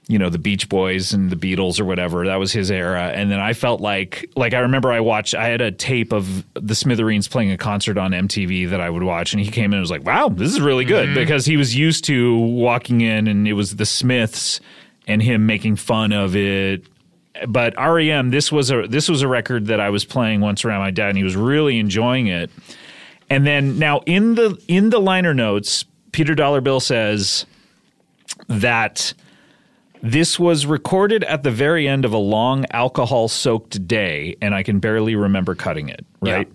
B: you know the Beach Boys and the Beatles or whatever. That was his era. And then I felt like like I remember I watched I had a tape of the Smithereens playing a concert on MTV that I would watch and he came in and was like, "Wow, this is really good" because he was used to walking in and it was the Smiths and him making fun of it. But REM this was a this was a record that I was playing once around my dad and he was really enjoying it. And then now in the in the liner notes, Peter Dollarbill says that this was recorded at the very end of a long alcohol soaked day, and I can barely remember cutting it, right?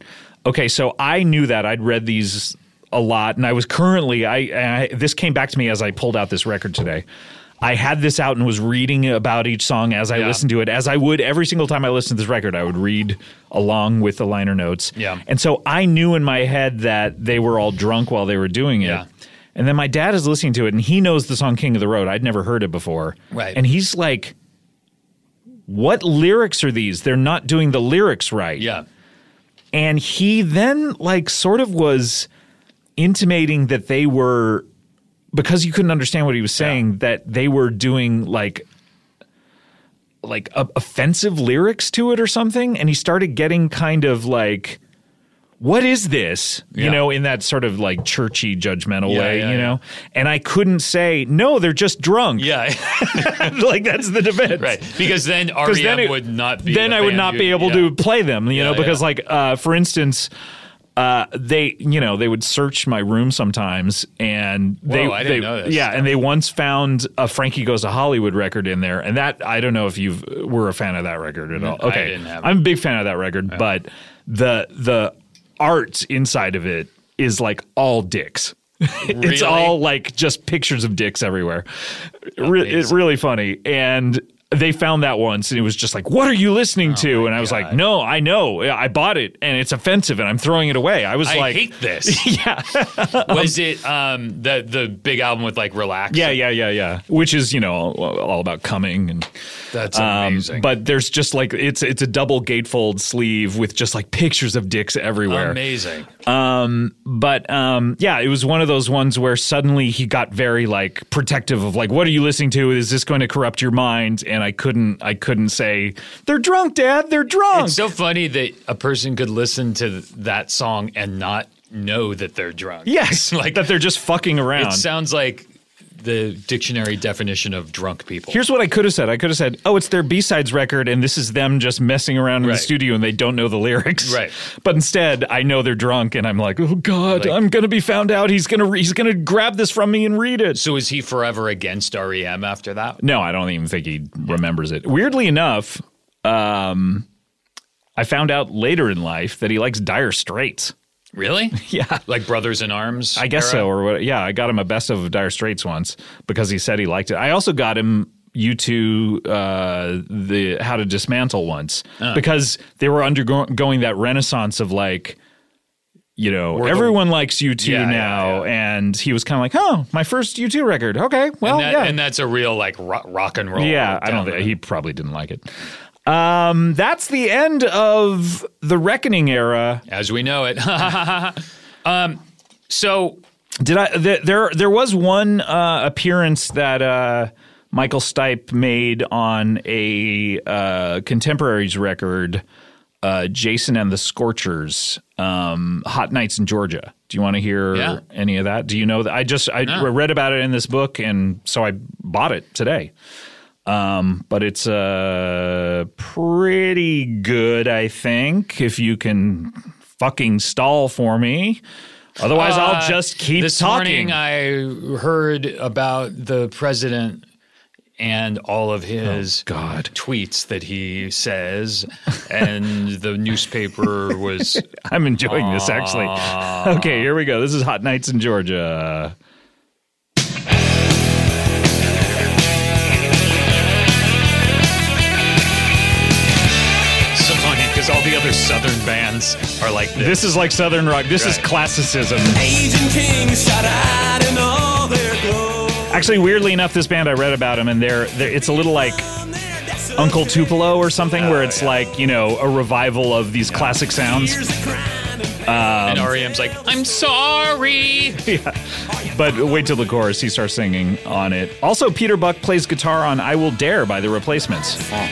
B: Okay, so I knew that. I'd read these a lot, and I was currently, I, I this came back to me as I pulled out this record today. I had this out and was reading about each song as I
C: Yeah.
B: listened to it, as I would every single time I listened to this record. I would read along with the liner notes.
C: Yeah.
B: And so I knew in my head that they were all drunk while they were doing it.
C: Yeah.
B: And then my dad is listening to it and he knows the song King of the Road. I'd never heard it before.
C: Right.
B: And he's like, What lyrics are these? They're not doing the lyrics right.
C: Yeah.
B: And he then, like, sort of was intimating that they were, because you couldn't understand what he was saying, that they were doing like, like o- offensive lyrics to it or something. And he started getting kind of like, what is this? You
C: Yeah.
B: know, in that sort of like churchy, judgmental
C: Yeah,
B: way,
C: yeah,
B: you
C: yeah.
B: know? And I couldn't say, no, they're just drunk.
C: Yeah.
B: like, that's the defense.
C: right. Because then REM
B: Because then it-
C: E would not be.
B: Then
C: the
B: I would
C: band
B: not
C: you-
B: be able
C: yeah.
B: to play them, you
C: Yeah,
B: know, because
C: yeah.
B: like uh, for instance, uh, they you know they would search my room sometimes, and they
C: I didn't
B: they-
C: know this.
B: yeah, and they once found a Frankie Goes to Hollywood record in there, and that I don't know if you were a fan of that record at all.
C: I
B: Okay,
C: didn't have it.
B: I'm a big fan of that record, but the the art inside of it is like all dicks. it's
C: Really?
B: all like just pictures of dicks everywhere. Re- it's really funny. And they found that once and it was just like, what are you listening
C: Oh
B: to? And I was like, no, I know. I bought it and it's offensive and I'm throwing it away. I was
C: I
B: like,
C: hate this. yeah. was it um the the big album with like relax?
B: yeah, yeah, yeah, yeah. Which is, you know, all, all about coming and
C: That's
B: um,
C: amazing.
B: but there's just like it's it's a double gatefold sleeve with just like pictures of dicks everywhere.
C: amazing.
B: but um, yeah, it was one of those ones where suddenly he got very like protective of like, what are you listening to? Is this going to corrupt your mind? And I couldn't, I couldn't say they're drunk, Dad. They're drunk.
C: It's so funny that a person could listen to that song and not know that they're drunk.
B: yes, like that they're just fucking around.
C: It sounds like the dictionary definition of drunk people.
B: Here's what I could have said. I could have said, "Oh, it's their B-sides record and this is them just messing around in
C: Right.
B: the studio and they don't know the lyrics."
C: Right.
B: But instead, I know they're drunk and I'm like, "Oh god,
C: Like-
B: I'm going to be found out. He's going to re- he's going to grab this from me and read it."
C: so is he forever against REM after that?
B: No, I don't even think he remembers it. Weirdly enough, um, I found out later in life that he likes Dire Straits.
C: Really?
B: Yeah.
C: Like Brothers in Arms?
B: I guess
C: era?
B: so, or what? Yeah, I got him a best of Dire Straits once because he said he liked it. I also got him U2 uh, the How to Dismantle once
C: Ah.
B: because they were undergoing that renaissance of like. You know,
C: the-
B: everyone likes U2
C: Yeah, yeah,
B: now, and he was kind of like, "Oh, my first U2 record. Okay, well,
C: and, that,
B: yeah."
C: and that's a real like rock, rock and roll.
B: Yeah, I don't
C: down
B: think
C: the-
B: he probably didn't like it. Um, that's the end of the Reckoning era.
C: as we know it. um, so
B: Did I? Th- there, there was one uh, appearance that uh, Michael Stipe made on a uh, contemporaries record, uh, Jason and the Scorchers, um, "Hot Nights in Georgia." Do you want to hear
C: Yeah.
B: any of that? Do you know that? I just I read about it in this book, and so I bought it today. Um, but it's uh, pretty good, I think. If you can fucking stall for me, otherwise I'll
C: Uh,
B: just keep
C: this
B: talking.
C: morning uh, I heard about the president and all of his
B: Oh, God.
C: tweets that he says, and the newspaper was
B: I'm enjoying this actually. Okay, here we go. This is Hot Nights in Georgia.
C: so funny because all the other Southern bands are like this.
B: This is like Southern rock. This is
C: Right.
B: classicism.
F: Agent King shot out in all their glory.
B: Actually, weirdly enough, this band I read about them, and they're, they're it's a little like Uncle Tupelo or something, where it's
C: Oh,
B: like you know a revival of these classic sounds.
C: and
B: Um,
C: REM's like, I'm sorry.
B: But wait till the chorus. He starts singing on it. Also, Peter Buck plays guitar on "I Will Dare" by The Replacements. There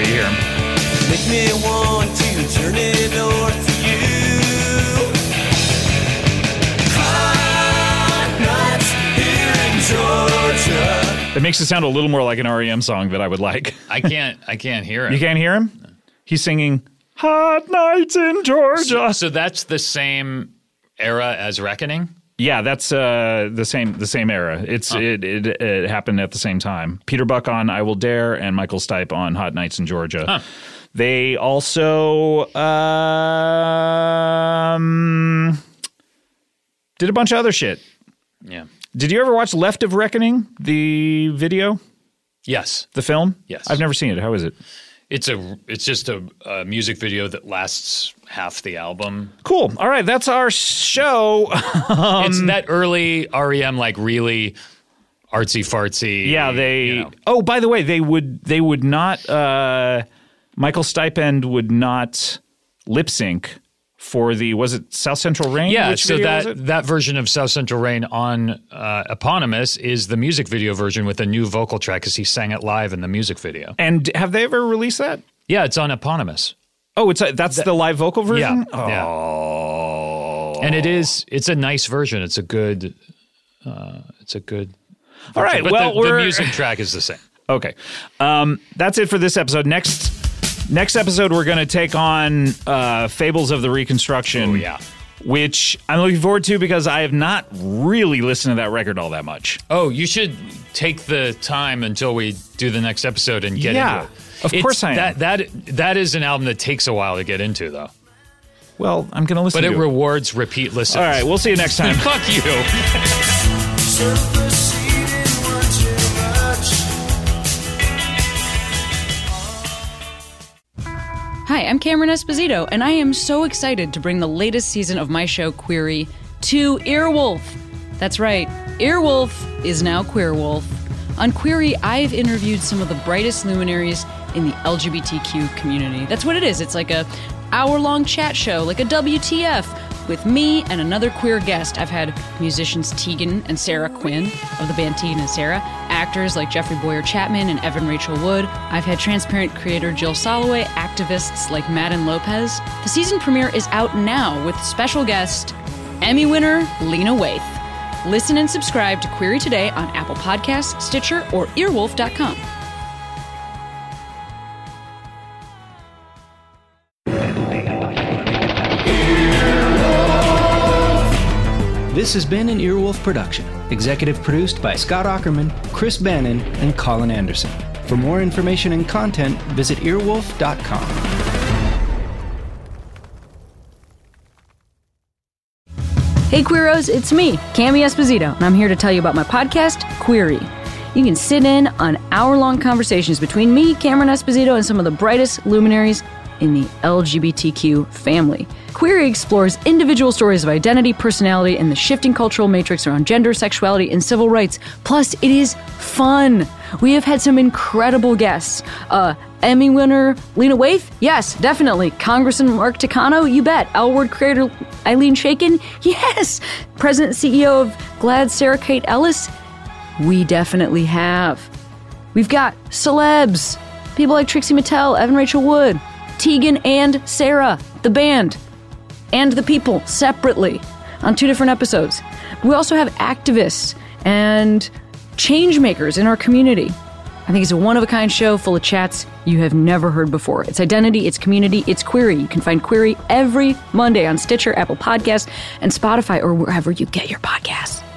B: you hear him.
F: Make me want to turn it north to you. Hot nights here in Georgia.
B: It makes it sound a little more like an REM song that I would like.
C: I can't. I can't hear it.
B: You can't hear him. He's singing "Hot Nights in Georgia."
C: so that's the same era as Reckoning.
B: Yeah, that's uh, the same the same era. It's it, it it happened at the same time. Peter Buck on "I Will Dare" and Michael Stipe on "Hot Nights in Georgia." They also um, did a bunch of other shit.
C: Yeah.
B: Did you ever watch Left of Reckoning, the video,
C: Yes.
B: the film?
C: Yes.
B: I've never seen it. How is it?
C: It's a it's just a, a music video that lasts half the album.
B: Cool. All right, that's our show.
C: it's that early REM like really artsy fartsy.
B: Yeah, they.
C: you know.
B: Oh, by the way, they would they would not. Uh, Michael Stipend would not lip sync for the was it South Central Rain?
C: yeah,
B: Which
C: so
B: video was
C: that
B: it?
C: that version of South Central Rain on uh, Eponymous is the music video version with a new vocal track because he sang it live in the music video.
B: and have they ever released that?
C: Yeah, it's on Eponymous.
B: Oh, it's a, that's the live vocal version.
C: Yeah,
B: Oh,
C: yeah. And it is it's a nice version. It's a good. Uh, it's a good.
B: All right.
C: but
B: well,
C: the,
B: we're
C: the music track is the same.
B: okay. Um, that's it for this episode. Next. Next episode, we're going to take on uh, Fables of the Reconstruction.
C: Oh, yeah.
B: Which I'm looking forward to because I have not really listened to that record all that much.
C: Oh, you should take the time until we do the next episode and get
B: Yeah,
C: into it.
B: of course I am.
C: That that that is an album that takes a while to get into though,
B: Well, I'm going to listen
C: but
B: to
C: it
B: it.
C: rewards repeat listens.
B: all right. We'll see you next time.
C: fuck you.
D: Superseding what you much.
G: Hi, I'm Cameron Esposito, and I am so excited to bring the latest season of my show, Query, to Earwolf. That's right, Earwolf is now Queerwolf. On Query, I've interviewed some of the brightest luminaries in the LGBTQ community. That's what it is. It's like a hour-long chat show, like a WTF, with me and another queer guest. I've had musicians Tegan and Sarah Quinn of the band Tegan and Sarah, actors like Jeffrey Boyer Chapman and Evan Rachel Wood. I've had transparent creator Jill Soloway, activists like Madden Lopez. The season premiere is out now with special guest Emmy winner Lena Waithe. Listen and subscribe to Query Today on Apple Podcasts, Stitcher, or earwolf.com.
H: This has been an Earwolf production, executive produced by Scott Ackerman, Chris Bannon, and Colin Anderson. For more information and content, visit earwolf.com.
G: Hey, Queeros, it's me, Cami Esposito, and I'm here to tell you about my podcast, Query. You can sit in on hour long conversations between me, Cameron Esposito, and some of the brightest luminaries in the LGBTQ family. Query explores individual stories of identity, personality, and the shifting cultural matrix around gender, sexuality, and civil rights. Plus, it is fun. We have had some incredible guests. Uh, Emmy winner Lena Waithe? Yes, definitely. Congressman Mark Takano? You bet. L Word creator Eileen Shakin? Yes. President and CEO of Glad Sarah Kate Ellis? We definitely have. We've got celebs, people like Trixie Mattel, Evan Rachel Wood, Tegan and Sarah, the band, and the people separately on two different episodes. We also have activists and change makers in our community. I think it's a one of a kind show full of chats you have never heard before. It's identity, it's community, it's query. You can find query every Monday on Stitcher, Apple Podcasts, and Spotify, or wherever you get your podcasts.